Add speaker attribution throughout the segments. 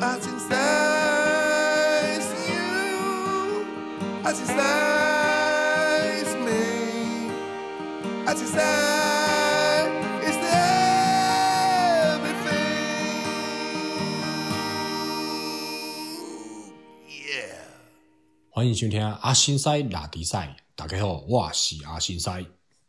Speaker 1: as inside you, as inside me, as inside is everything. Yeah.
Speaker 2: 欢迎收听阿新塞拉迪赛，大家好，我是阿新塞。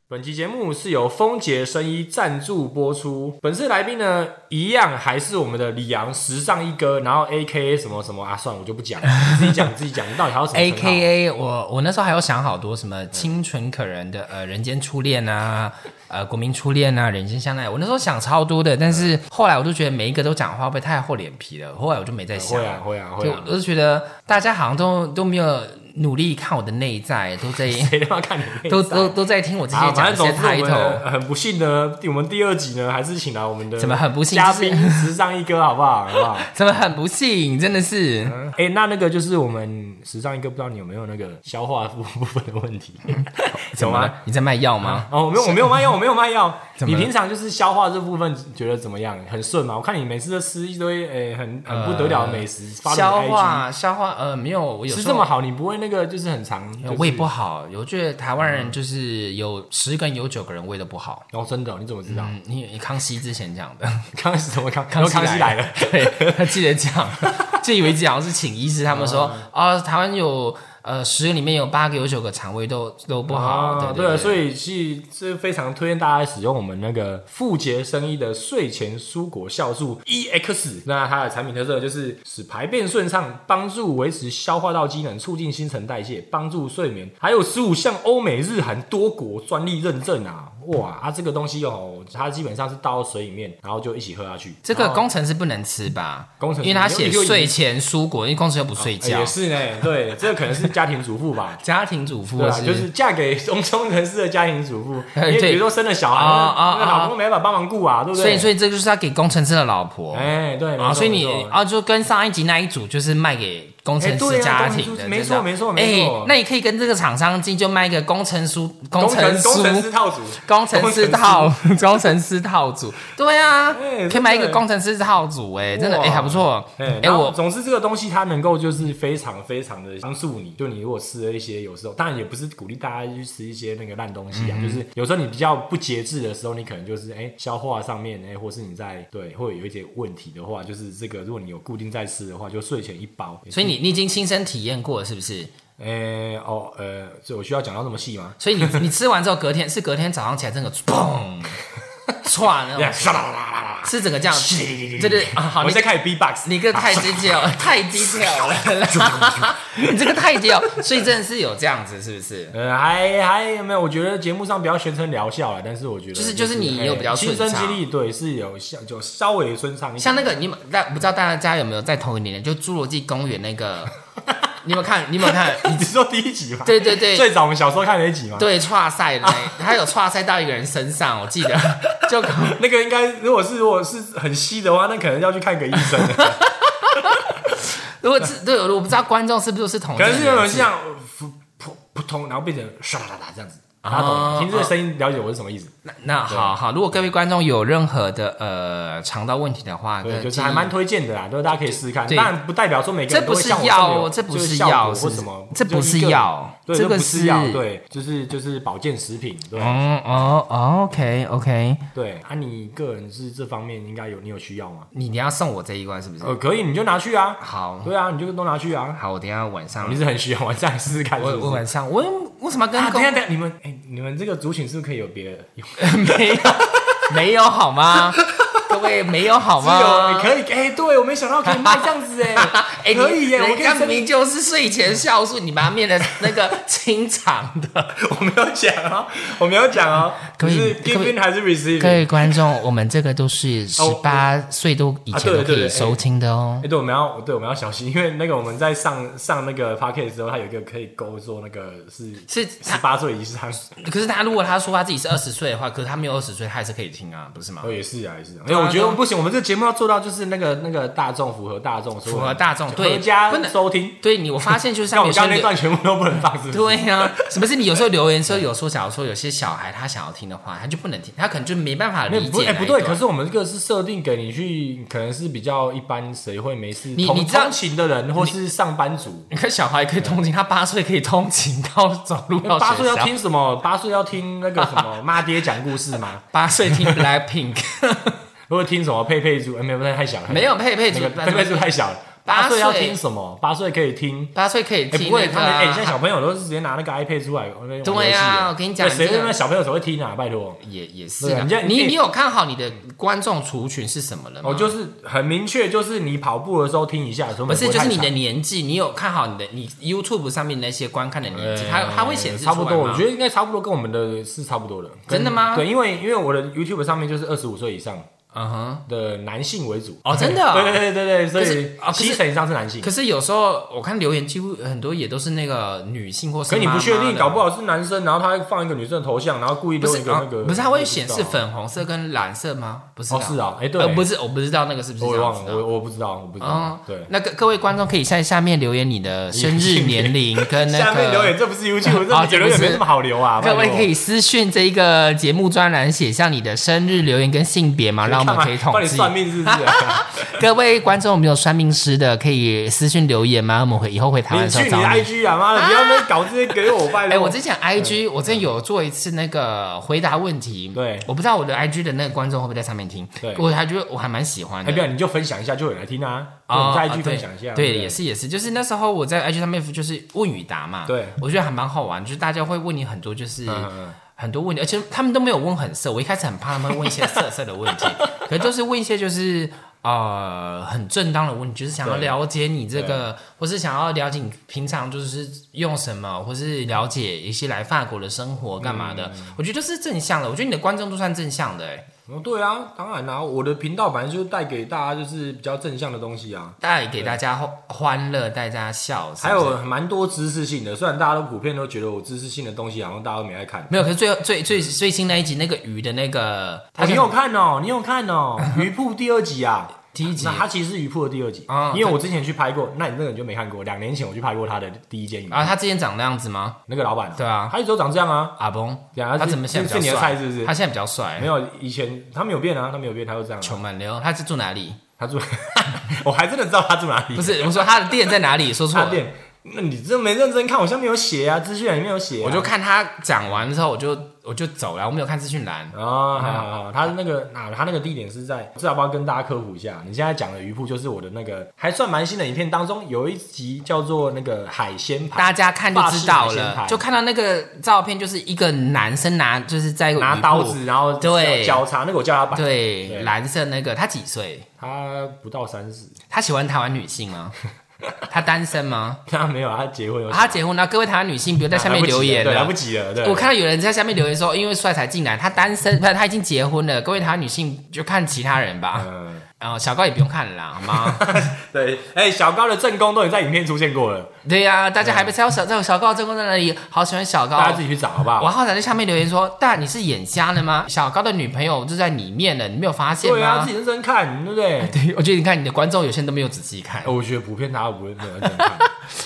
Speaker 3: 本期节目是由丰杰生医赞助播出。本次来宾呢，一样还是我们的李昂时尚一哥，然后 A K A 什么什么啊，算了，我就不讲 了，你自己讲你自己讲，你到底还要什么
Speaker 4: A
Speaker 3: 称号
Speaker 4: K A 我我那时候还有想好多什么清纯可人的呃人间初恋啊，呃国民初恋啊，人间相爱，我那时候想超多的，但
Speaker 3: 嗯
Speaker 4: 是后来我就觉得每一个都讲话会不会太厚脸皮了，后来我就没再想
Speaker 3: 会
Speaker 4: 了。
Speaker 3: 啊会啊会
Speaker 4: 就
Speaker 3: 啊
Speaker 4: 我，就觉得大家好像都都没有努力看我的内在，都 在
Speaker 3: 谁他妈看你内
Speaker 4: 都
Speaker 3: 在
Speaker 4: 都都在听我这
Speaker 3: 啊，
Speaker 4: 些
Speaker 3: 反
Speaker 4: 讲
Speaker 3: 正
Speaker 4: 这
Speaker 3: 总
Speaker 4: 些
Speaker 3: 之我
Speaker 4: title。
Speaker 3: 们很不幸呢，我们第二集呢还是请来我们的
Speaker 4: 怎么很不幸
Speaker 3: 嘉
Speaker 4: 就是
Speaker 3: 宾时尚一哥，好不好？好不好？
Speaker 4: 怎么很不幸，真的是
Speaker 3: 哎、那那个就是我们时尚一哥，不知道你有没有那个消化部部分的问 题？怎么
Speaker 4: 了？你在卖药吗？
Speaker 3: 哦，我没有，我没有卖药，我没有卖药。
Speaker 4: 怎
Speaker 3: 你
Speaker 4: 么了
Speaker 3: 平常就是消化这部分觉得怎么样？很顺吗？我看你每次都吃一堆诶、很很不得了的美食，发
Speaker 4: 消
Speaker 3: 你的 IG
Speaker 4: 化消化呃没有，我有
Speaker 3: 吃
Speaker 4: 时
Speaker 3: 这
Speaker 4: 候呃
Speaker 3: 么好，你不会那个就是很长、就是嗯
Speaker 4: 胃不好，我觉得台湾人就是有十个人有九个人胃都不好。
Speaker 3: 哦，真的哦、你怎么知道？
Speaker 4: 嗯，你你康熙之 前讲的，
Speaker 3: 康熙怎么康？然后康熙来了，，
Speaker 4: 对， 他记得讲，就以为好像是请医师，他们说
Speaker 3: 嗯
Speaker 4: 啊，台湾有呃十个里面有八个有九个肠胃都都不好，
Speaker 3: 啊，
Speaker 4: 对
Speaker 3: 对，所以是是非常推荐大家使用我们那个富洁生医的睡前蔬果酵素 EX。那它的产品特色就是使排便顺畅，帮助维持消化道机能，促进新陈代谢，帮助睡眠，还有十五项欧美日韩多国专利认证啊！哇，啊这个东西哦，它基本上是倒到水里面，然后就一起喝下去。
Speaker 4: 这个
Speaker 3: 然后
Speaker 4: 工程师不能吃吧？
Speaker 3: 啊工程师
Speaker 4: 因为他写
Speaker 3: 你又
Speaker 4: 睡前蔬果，因为工程师又不睡
Speaker 3: 哎
Speaker 4: 觉
Speaker 3: 也，是呢，对，这个可能是家庭主妇吧。
Speaker 4: 家庭主妇
Speaker 3: 对啊，
Speaker 4: 是
Speaker 3: 就是嫁给中中人士的家庭主妇，因
Speaker 4: 哎
Speaker 3: 为比
Speaker 4: 对
Speaker 3: 如说生了小孩，
Speaker 4: 啊啊
Speaker 3: 那那
Speaker 4: 啊
Speaker 3: 老公没办法帮忙顾啊，对不对？
Speaker 4: 所以所以这就是他给工程师的老婆
Speaker 3: 哎，对没
Speaker 4: 啊，
Speaker 3: 错
Speaker 4: 所以
Speaker 3: 没
Speaker 4: 你
Speaker 3: 错
Speaker 4: 啊，就跟上一集那一组就是卖给工程
Speaker 3: 哎对
Speaker 4: 师
Speaker 3: 啊
Speaker 4: 家庭的，
Speaker 3: 工程师没错
Speaker 4: 这样
Speaker 3: 没错没错
Speaker 4: 哎那你可以跟这个厂商进，就卖一个工程书、工
Speaker 3: 工程
Speaker 4: 程书、
Speaker 3: 工程师套组，
Speaker 4: 工程师套、 工程师套组，对啊
Speaker 3: 哎，
Speaker 4: 可以买一个
Speaker 3: 真的
Speaker 4: 工程师套组，哎，真的
Speaker 3: 哇
Speaker 4: 哎还不错，
Speaker 3: 哎，
Speaker 4: 哎
Speaker 3: 然后
Speaker 4: 我
Speaker 3: 总之这个东西它能够就是非常非常的帮助你，就你如果吃了一些有时候，当然也不是鼓励大家去吃一些那个烂东西
Speaker 4: 嗯
Speaker 3: 啊，就是有时候你比较不节制的时候，你可能就是哎消化上面哎，或是你在对会有一些问题的话，就是这个如果你有固定在吃的话，就睡前一包。
Speaker 4: 所以你你已经亲身体验过了是不是？
Speaker 3: 哎哦呃，这我需要讲到那么细吗？
Speaker 4: 所 以你你吃完之后隔天是隔天早上起来整个砰，窜那
Speaker 3: 哎呀，
Speaker 4: 种，
Speaker 3: 唰啦啦啦啦啦
Speaker 4: 是整个这 样，对对啊好，
Speaker 3: 我
Speaker 4: 你
Speaker 3: 在开始 B-box，
Speaker 4: 你这个太低调， 太低调了啦！ 你这个太低调，所以真的是有这样子，是不是？
Speaker 3: 呃，还还有没有？我觉得节目上不要宣称疗效了，但是我觉得
Speaker 4: 就是就是你
Speaker 3: 哎
Speaker 4: 有比较
Speaker 3: 亲身
Speaker 4: 顺
Speaker 3: 经
Speaker 4: 畅
Speaker 3: 历，对，是有像就稍微顺畅一点。
Speaker 4: 像那个你们，大不知道大家有没有在同一年，就侏罗纪公园那 个，你有没有看？你有没有看？
Speaker 3: 你只说第一集吧？
Speaker 4: 对对 对
Speaker 3: 最早我们小时候看的一集嘛。，
Speaker 4: 对，跨赛的那，他有跨赛到一个人身上，我记得 就
Speaker 3: 那个应该如果是如果是很稀的话，那可能要去看个医生了，
Speaker 4: 如果是对，我不知道观众是不是都是同一
Speaker 3: 可
Speaker 4: 个
Speaker 3: 能
Speaker 4: 人，
Speaker 3: 是有像噗噗扑通，然后变成唰啦啦啦这样子。大家懂？
Speaker 4: 哦
Speaker 3: 听这个声音了解我是什么意思？
Speaker 4: 那那好好，如果各位观众有任何的呃肠道问题的话，
Speaker 3: 对，
Speaker 4: 跟
Speaker 3: 就是还蛮推荐的啦，对，大家可以试试看。
Speaker 4: 对
Speaker 3: 当然不代表说每个
Speaker 4: 这
Speaker 3: 人
Speaker 4: 不
Speaker 3: 都会
Speaker 4: 是
Speaker 3: 像我
Speaker 4: 药
Speaker 3: 么有
Speaker 4: 哦，这不
Speaker 3: 就是效
Speaker 4: 药
Speaker 3: 果
Speaker 4: 是
Speaker 3: 或
Speaker 4: 不是
Speaker 3: 什么，
Speaker 4: 这不
Speaker 3: 就是一个
Speaker 4: 药
Speaker 3: 对，
Speaker 4: 这
Speaker 3: 这
Speaker 4: 个
Speaker 3: 不是药，
Speaker 4: 是
Speaker 3: 对，就是就是保健食品，对
Speaker 4: 哦哦哦，OK OK，
Speaker 3: 对。啊，你个人是这方面应该有你有需要吗？
Speaker 4: 你你要送我这一关是不是？
Speaker 3: 呃，可以，你就拿去啊。
Speaker 4: 好
Speaker 3: 对啊，你就都拿去啊。
Speaker 4: 好，我等一下晚上
Speaker 3: 你是很需要， 晚上试试看是
Speaker 4: 我我
Speaker 3: 不是
Speaker 4: 晚？上我为什么要跟
Speaker 3: 啊，
Speaker 4: 公
Speaker 3: 等一下等一下，你们哎、你们这个族群是不是可以有别的？有
Speaker 4: 没有没有好 吗？各位没有好
Speaker 3: 是有，
Speaker 4: 吗？
Speaker 3: 可以哎、对我没想到可以卖 这样子哎、
Speaker 4: 哎，
Speaker 3: 可以耶，我
Speaker 4: 人
Speaker 3: 可以
Speaker 4: 家
Speaker 3: 申
Speaker 4: 明明就是睡前酵素，你把它变成那个清肠的。
Speaker 3: 我没有讲哦，我没有讲哦，
Speaker 4: 可以
Speaker 3: 就是
Speaker 4: 可以
Speaker 3: giving 还是 receiving？
Speaker 4: 各位观众，我们这个都是十
Speaker 3: 哦
Speaker 4: 八岁都以
Speaker 3: 啊
Speaker 4: 前
Speaker 3: 对
Speaker 4: 都可
Speaker 3: 对对
Speaker 4: 以收听的哦
Speaker 3: 哎、。对，我们要对我们要小心，因为那个我们在上上那个 p a c k e t 的时候，它有一个可以勾说那个是
Speaker 4: 是
Speaker 3: 十
Speaker 4: 他
Speaker 3: 八岁以上，
Speaker 4: 哎可是他如果他说他自己是二十岁的话，可是他没有二十岁，他还是可以听啊，不是吗
Speaker 3: 哦？也是啊也是啊，因
Speaker 4: 啊
Speaker 3: 为我觉得我们不行，我们这个节目要做到就是那个那个大众符合大众，
Speaker 4: 符合大众对
Speaker 3: 合家
Speaker 4: 不能
Speaker 3: 收听。
Speaker 4: 对你，我发现就是
Speaker 3: 像我
Speaker 4: 像有
Speaker 3: 们
Speaker 4: 些
Speaker 3: 刚刚那
Speaker 4: 留
Speaker 3: 段全部都不能放， 是不是？
Speaker 4: 对呀、啊，什么是你有时候留言的时候，有时候假如说有些小孩他想要听的话，他就不能听，他可能就没办法
Speaker 3: 没有
Speaker 4: 理
Speaker 3: 不哎、
Speaker 4: 解那一段。
Speaker 3: 不对，可是我们这个是设定给你去，可能是比较一般，谁会没事？
Speaker 4: 你
Speaker 3: 同
Speaker 4: 你知道
Speaker 3: 通勤的人或是上班族，
Speaker 4: 你看小孩可以通勤，他八岁可以通勤到走路到
Speaker 3: 八岁要
Speaker 4: 学校
Speaker 3: 听什么？八岁要听那个什么 妈爹讲故事吗？
Speaker 4: 八岁 听 Black Pink，
Speaker 3: 如果听什么佩佩猪，哎，没有，那太小了，
Speaker 4: 没有佩佩
Speaker 3: 那
Speaker 4: 猪
Speaker 3: 个，佩佩猪太小了。
Speaker 4: 八
Speaker 3: 八
Speaker 4: 岁
Speaker 3: 岁要听什么？八岁可以听。
Speaker 4: 八岁可以
Speaker 3: 哎，
Speaker 4: 听
Speaker 3: 不
Speaker 4: 那
Speaker 3: 会，
Speaker 4: 个
Speaker 3: 他
Speaker 4: 啊、
Speaker 3: 们哎，现在小朋友都是直接拿那个 iPad 出来玩游戏。
Speaker 4: 对呀我跟你讲
Speaker 3: 对谁
Speaker 4: 这个
Speaker 3: 那小朋友怎么会听啊？拜托，
Speaker 4: 也也是
Speaker 3: 对啊
Speaker 4: 啦
Speaker 3: 你这样
Speaker 4: 你
Speaker 3: 哎
Speaker 4: 你有看好你的观众族群是什么了吗？
Speaker 3: 我哦就是很明确，就是你跑步的时候听一下，不
Speaker 4: 嗯不是，就是你的
Speaker 3: 年
Speaker 4: 年纪，你有看好你的你 YouTube 上面那些观看的年纪，它它会显
Speaker 3: 呃
Speaker 4: 示
Speaker 3: 差不
Speaker 4: 出
Speaker 3: 多，
Speaker 4: 来
Speaker 3: 我
Speaker 4: 吗
Speaker 3: 觉得应该差不多，跟我们的是差不多的。跟
Speaker 4: 真的吗
Speaker 3: 对，因为因为我的 YouTube 上面就是二十五岁以上
Speaker 4: 嗯哼。
Speaker 3: 的男性为主。
Speaker 4: 哦真的哦
Speaker 3: 对对对对对，所
Speaker 4: 可是
Speaker 3: 以
Speaker 4: 啊可是
Speaker 3: 七成以上是男性。
Speaker 4: 可是有时候我看留言，几乎很多也都是那个女性或是
Speaker 3: 可你
Speaker 4: 妈
Speaker 3: 不
Speaker 4: 妈
Speaker 3: 确定，
Speaker 4: 的
Speaker 3: 搞不好是男生，然后他会放一个女生的头像，然后故意
Speaker 4: 不
Speaker 3: 丢
Speaker 4: 是
Speaker 3: 一个那个，
Speaker 4: 啊不是它会
Speaker 3: 我知道
Speaker 4: 显示。粉红色跟蓝色吗？不是
Speaker 3: 哦是啊哎对
Speaker 4: 呃不是我不知道那个是不是
Speaker 3: 我
Speaker 4: 这
Speaker 3: 也
Speaker 4: 样
Speaker 3: 忘
Speaker 4: 子
Speaker 3: 了，
Speaker 4: 的。
Speaker 3: 我我不知道，我不知
Speaker 4: 哦
Speaker 3: 道。对，
Speaker 4: 那个各位观众可以在下面留言你的生日年龄跟那个，
Speaker 3: 下面留言，这不是 YouTube，
Speaker 4: 哦
Speaker 3: 啊这留言没那么好留啊。
Speaker 4: 各
Speaker 3: 拜
Speaker 4: 位
Speaker 3: 托
Speaker 4: 可以私讯这一个节目专栏写下你的生日留言跟性别嘛，让我们可以统
Speaker 3: 帮你
Speaker 4: 计。
Speaker 3: 算命是不 是？
Speaker 4: 各位观众，我们有算命师的，可以私讯留言吗？我们会以后回台
Speaker 3: 你
Speaker 4: 湾的时候
Speaker 3: 去你
Speaker 4: 找
Speaker 3: 的
Speaker 4: 你。
Speaker 3: IG 啊，妈的，不要那搞这些给我拜
Speaker 4: 哎、
Speaker 3: 托。
Speaker 4: 我之前 IG 我真有做一次那个回答问题，
Speaker 3: 对
Speaker 4: 我不知道我的 IG 的那个观众会不会在上面听，
Speaker 3: 对
Speaker 4: 我还觉得我还蛮喜欢
Speaker 3: 哎，
Speaker 4: 的
Speaker 3: 不。要你就分享一下，就有人来听啊。
Speaker 4: 哦
Speaker 3: 我们在
Speaker 4: 哦
Speaker 3: IG
Speaker 4: 对
Speaker 3: 分享一下。
Speaker 4: 对，
Speaker 3: 不
Speaker 4: 也是也是，就是那时候我在 IG 上面就是问与答嘛，
Speaker 3: 对
Speaker 4: 我觉得还蛮好玩，就是大家会问你很多就是
Speaker 3: 嗯嗯嗯
Speaker 4: 很多问题，而且他们都没有问很色，我一开始很怕他们会问一些色色的 问题，可是都是问一些就是呃很正当的问题，就是想要
Speaker 3: 对
Speaker 4: 了解你这个，或是想要了解你平常就是用什么，或是了解一些来法国的生活干嘛的，
Speaker 3: 嗯
Speaker 4: 我觉得是正向的，我觉得你的观众都算正向的、哎，
Speaker 3: 哦对啊，当然啦，我的频道本来就是带给大家就是比较正向的东西啊。
Speaker 4: 带给大家欢欢乐，带大家笑，是不是
Speaker 3: 还有蛮多知识性的，虽然大家都普遍都觉得我知识性的东西好像大家都没爱看，
Speaker 4: 没有，可是最后最最最新那一集那个鱼的那个，
Speaker 3: 哦、
Speaker 4: 是
Speaker 3: 你有看哦，你有看哦，《 鱼铺》第二集啊。
Speaker 4: 第一集
Speaker 3: 那它其实是《鱼铺》的第二集
Speaker 4: 啊
Speaker 3: 因为我之前去拍过，那你那个你就没看过。两年前我去拍过他的第一间鱼，
Speaker 4: 啊？他之前长那样子吗？
Speaker 3: 那个老板、
Speaker 4: 对啊
Speaker 3: 他一直都长这样啊。
Speaker 4: 阿崩，
Speaker 3: 对啊
Speaker 4: 他怎么现在
Speaker 3: 是是
Speaker 4: 比
Speaker 3: 你
Speaker 4: 较
Speaker 3: 的
Speaker 4: 帅？
Speaker 3: 菜是不是
Speaker 4: 他现在比较帅，
Speaker 3: 没有以前他没有变啊，他没有变，他就这样啊、
Speaker 4: 穷满流。他是住哪里？
Speaker 3: 他住， 我还真的知道他住哪里。
Speaker 4: 不是，我说他的店在哪里？说错
Speaker 3: 他
Speaker 4: 了。
Speaker 3: 店，那你真没认真看，我下面有写啊，资讯栏里面有写啊、
Speaker 4: 我就看他讲完之后，我就我就走了，我没有看资讯栏。
Speaker 3: 啊，好好好，他那个哪，他那个地点是在，这要不要跟大家科普一下？你现在讲的鱼铺就是我的那个还算蛮新的影片当中，有一集叫做那个海鲜盘，
Speaker 4: 大家看就知道
Speaker 3: 法式海鲜
Speaker 4: 了，
Speaker 3: 盘
Speaker 4: 就看到那个照片，就是一个男生拿就是在一个
Speaker 3: 拿
Speaker 4: 鱼
Speaker 3: 刀
Speaker 4: 铺，
Speaker 3: 子然后
Speaker 4: 对
Speaker 3: 交叉，那个我叫他摆，
Speaker 4: 对
Speaker 3: 对
Speaker 4: 蓝色那个，他几岁？
Speaker 3: 他不到三十，
Speaker 4: 他喜欢台湾女性 吗？他单身吗？
Speaker 3: 他没有，他结婚有
Speaker 4: 他结婚了，各位台湾女性，比如在下
Speaker 3: 来啊
Speaker 4: 面
Speaker 3: 不及了
Speaker 4: 留言啊
Speaker 3: 对，来
Speaker 4: 了
Speaker 3: 不。及了，对，
Speaker 4: 我看到有人在下面留言说，因为帅才进来，他单 身，不是他已经结婚了。各位台湾女性就看其他人吧，
Speaker 3: 嗯，
Speaker 4: 然后、小高也不用看了啦，好吗？
Speaker 3: 对，哎，小高的正宫都已经在影片出现过了，
Speaker 4: 对呀、大家还没猜到小这个小高正宫在哪里，好喜欢小高
Speaker 3: 嗯大。家自己去找好不
Speaker 4: 我
Speaker 3: 好？
Speaker 4: 浩然在下面留言说：“大，你是眼瞎了吗？小高的女朋友就在里面了，你没有发现
Speaker 3: 对啊，自
Speaker 4: 吗
Speaker 3: 己认真看，对不对？
Speaker 4: 对？”我觉得你看你的观众有些人都没有仔细看
Speaker 3: 哎，我觉得普遍大家不会没有认真看。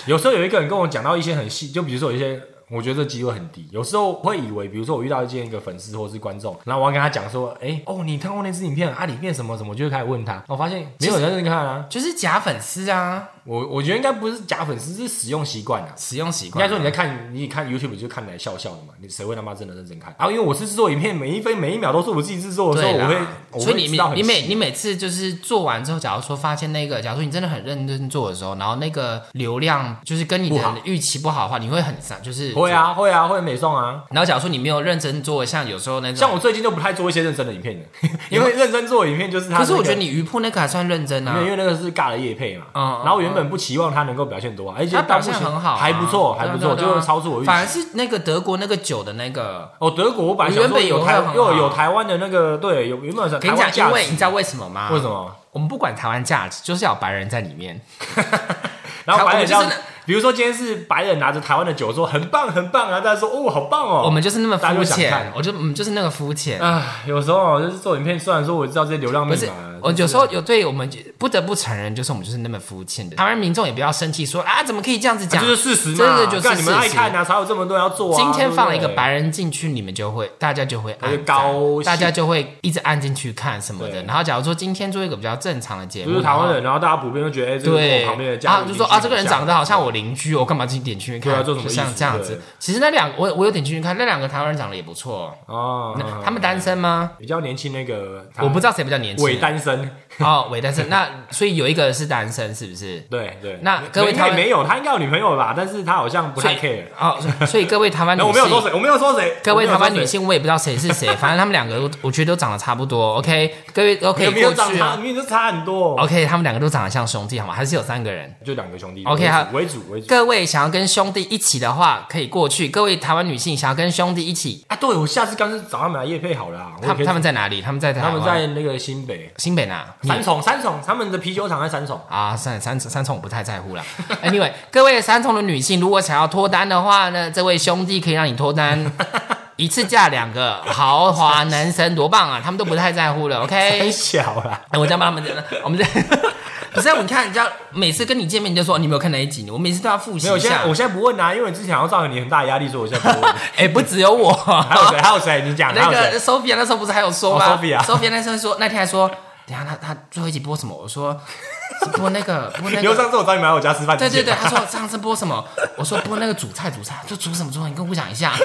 Speaker 3: 有时候有一个人跟我讲到一些很细，就比如说有一些，我觉得这机会很低。有时候会以为，比如说我遇到一件一个粉丝或是观众，然后我要跟他讲说，哎、哦，你看过那支影片啊？里面什么什么，我就会开始问他。我发现没有人认真看啊。
Speaker 4: 就是假粉丝啊，
Speaker 3: 我我觉得应该不是假粉丝，是使用习惯啊。
Speaker 4: 使用习
Speaker 3: 应
Speaker 4: 惯。
Speaker 3: 该说你在看，你看 YouTube 就看来笑笑的嘛，你谁会他妈真的认真看？然、啊后因为我是制作影片，每一分每一秒都是我自己制作的时
Speaker 4: 对
Speaker 3: 候，我会
Speaker 4: 啦，，
Speaker 3: 我
Speaker 4: 所
Speaker 3: 会
Speaker 4: 以你
Speaker 3: 知道
Speaker 4: 每
Speaker 3: 很
Speaker 4: 你
Speaker 3: 细
Speaker 4: 每你每次就是做完之后，假如说发现那个，假如说你真的很认真做的时候，然后那个流量就是跟你
Speaker 3: 不好
Speaker 4: 的预期不好的话，你会很伤，就是
Speaker 3: 会。啊会啊会美送啊，
Speaker 4: 然后假如说你没有认真做，像有时候那种，
Speaker 3: 像我最近就不太做一些认真的影片了， 因为认真做的影片就是他、
Speaker 4: 可
Speaker 3: 那
Speaker 4: 是我觉
Speaker 3: 个
Speaker 4: 得你鱼铺那个还算认真
Speaker 3: 因为因
Speaker 4: 啊，
Speaker 3: 为那个是尬的夜配嘛，
Speaker 4: 嗯嗯
Speaker 3: 然后我原本不期望他能够表现多好，而且
Speaker 4: 他
Speaker 3: 到
Speaker 4: 表
Speaker 3: 目
Speaker 4: 现
Speaker 3: 前
Speaker 4: 很好啊、
Speaker 3: 还不错，
Speaker 4: 对
Speaker 3: 还
Speaker 4: 啊
Speaker 3: 不错，
Speaker 4: 对啊对啊
Speaker 3: 就是超出我预期
Speaker 4: 反而。是那个德国那个酒的那个，
Speaker 3: 哦，德国我本来想
Speaker 4: 原本
Speaker 3: 说有
Speaker 4: 有
Speaker 3: 台
Speaker 4: 很好
Speaker 3: 又有台湾的那个，对，有原本想
Speaker 4: 跟
Speaker 3: 呃台
Speaker 4: 你
Speaker 3: 湾
Speaker 4: 讲，
Speaker 3: 价
Speaker 4: 因为你
Speaker 3: 值
Speaker 4: 知道嗯为什么吗？
Speaker 3: 为什？么？
Speaker 4: 我们不管台湾价值，就是要有白人在里面。
Speaker 3: 然后
Speaker 4: 台
Speaker 3: 白人
Speaker 4: 我
Speaker 3: 要
Speaker 4: 们就是
Speaker 3: 比如说今天是白人拿着台湾的酒说很棒很棒，然后大家说哦好棒哦，
Speaker 4: 我们就是那么
Speaker 3: 大家
Speaker 4: 肤
Speaker 3: 就想看
Speaker 4: 浅，我就我们就是那个肤浅。
Speaker 3: 啊，有时候就是做影片，虽然说我知道这些流量密
Speaker 4: 不是
Speaker 3: 码，
Speaker 4: 我有时候有对我们不得不承认，就是我们就是那么肤浅的。台湾民众也不要生气，说啊怎么可以这样子
Speaker 3: 这
Speaker 4: 讲？
Speaker 3: 就是事实嘛，
Speaker 4: 真的就是事实
Speaker 3: 干你们爱看啊，才有这么多人要做啊。
Speaker 4: 今天放了一个白
Speaker 3: 人，
Speaker 4: 人进去，你们就会大家就会按
Speaker 3: 就
Speaker 4: 赞
Speaker 3: 高兴
Speaker 4: 大家就会一直按进去看什么的。
Speaker 3: 对
Speaker 4: 然后假如说今天做一个比较正常的节
Speaker 3: 就
Speaker 4: 目，
Speaker 3: 是台湾
Speaker 4: 然后
Speaker 3: 人，然后大家普遍都觉得，哎，这个是
Speaker 4: 对，
Speaker 3: 我旁边的
Speaker 4: 然
Speaker 3: 家
Speaker 4: 后
Speaker 3: 人
Speaker 4: 就
Speaker 3: 邻居
Speaker 4: 说啊这个人长得好像我
Speaker 3: 对
Speaker 4: 邻居，我干嘛自己点进去
Speaker 3: 对啊
Speaker 4: 看？
Speaker 3: 做什么
Speaker 4: 就
Speaker 3: 意思
Speaker 4: 像这样子
Speaker 3: 对。
Speaker 4: 其实那两我我有点进去看，那两个台湾人长得也不错。
Speaker 3: 哦
Speaker 4: 那，
Speaker 3: 嗯
Speaker 4: 他们单身吗？
Speaker 3: 比较年轻那个，
Speaker 4: 我不知道谁比较年轻。
Speaker 3: 伪单身，
Speaker 4: 哦，伪单身。那所以有一个是单身，是不是？
Speaker 3: 对对。
Speaker 4: 那各位
Speaker 3: 应该
Speaker 4: 台湾
Speaker 3: 没有，他应该有女朋友吧？但是他好像不
Speaker 4: 所
Speaker 3: 太
Speaker 4: 以
Speaker 3: care。
Speaker 4: 哦，所以所以各位台湾
Speaker 3: 那
Speaker 4: 女
Speaker 3: 我没有说
Speaker 4: 性，
Speaker 3: 谁，我没有说谁，
Speaker 4: 各
Speaker 3: 我
Speaker 4: 位
Speaker 3: 没
Speaker 4: 台
Speaker 3: 有说
Speaker 4: 湾女
Speaker 3: 谁，
Speaker 4: 性，我也不知道谁 是谁，反正他们两个我我觉得都长得差不多。OK，各位
Speaker 3: 有
Speaker 4: OK
Speaker 3: 没有
Speaker 4: 过
Speaker 3: 长
Speaker 4: 去
Speaker 3: 差，
Speaker 4: 哦
Speaker 3: 明明就差很多。
Speaker 4: OK，他们两个都长得像兄弟好吗？还是有三个人？
Speaker 3: 就两个兄弟
Speaker 4: OK，好
Speaker 3: 为主为主为主。
Speaker 4: 各位想要跟兄弟一起的话，可以过去。各位台湾女性想要跟兄弟一起，
Speaker 3: 啊，对，我下次干脆找他们来夜配好了啊。我
Speaker 4: 他
Speaker 3: 也可
Speaker 4: 们
Speaker 3: 以
Speaker 4: 他们在哪里？他们在台
Speaker 3: 他
Speaker 4: 湾
Speaker 3: 们在那个新北
Speaker 4: 新北哪？你
Speaker 3: 三重，三重他们的啤酒厂在三重。
Speaker 4: 啊，三三三重我不太在乎啦。Anyway，各位三重的女性如果想要脱单的话呢，这位兄弟可以让你脱 单，一次嫁两个豪华男神，多棒啊！他们都不太在乎了
Speaker 3: 很
Speaker 4: ，OK？
Speaker 3: 小啦，
Speaker 4: 哎我这样帮他们讲，我们这 不是啊你看人家每次跟你见面你就说你有没有看哪一集，我每次都要复习
Speaker 3: 没有，我
Speaker 4: 一
Speaker 3: 现
Speaker 4: 下
Speaker 3: 在我。现在不问啊，因为之前好像造成你很大的压力，所以我现在 不问。
Speaker 4: 哎、不只有我，
Speaker 3: 还有谁？还有谁？你讲，还
Speaker 4: 那
Speaker 3: 有
Speaker 4: 个
Speaker 3: 谁？啊
Speaker 4: Sophia 那时候不是还有说
Speaker 3: 哦
Speaker 4: 吗、
Speaker 3: ，Sophia
Speaker 4: Sophia 那时候说那天还说，等一下他他最后一集播什么？我说是播那个播那
Speaker 3: 因为
Speaker 4: 个。
Speaker 3: 上次我找你们来我家吃饭之
Speaker 4: 对
Speaker 3: 前，
Speaker 4: 对对，他说上次播什么？我说播那个煮菜煮菜，就煮什么煮什么，你跟我讲一下。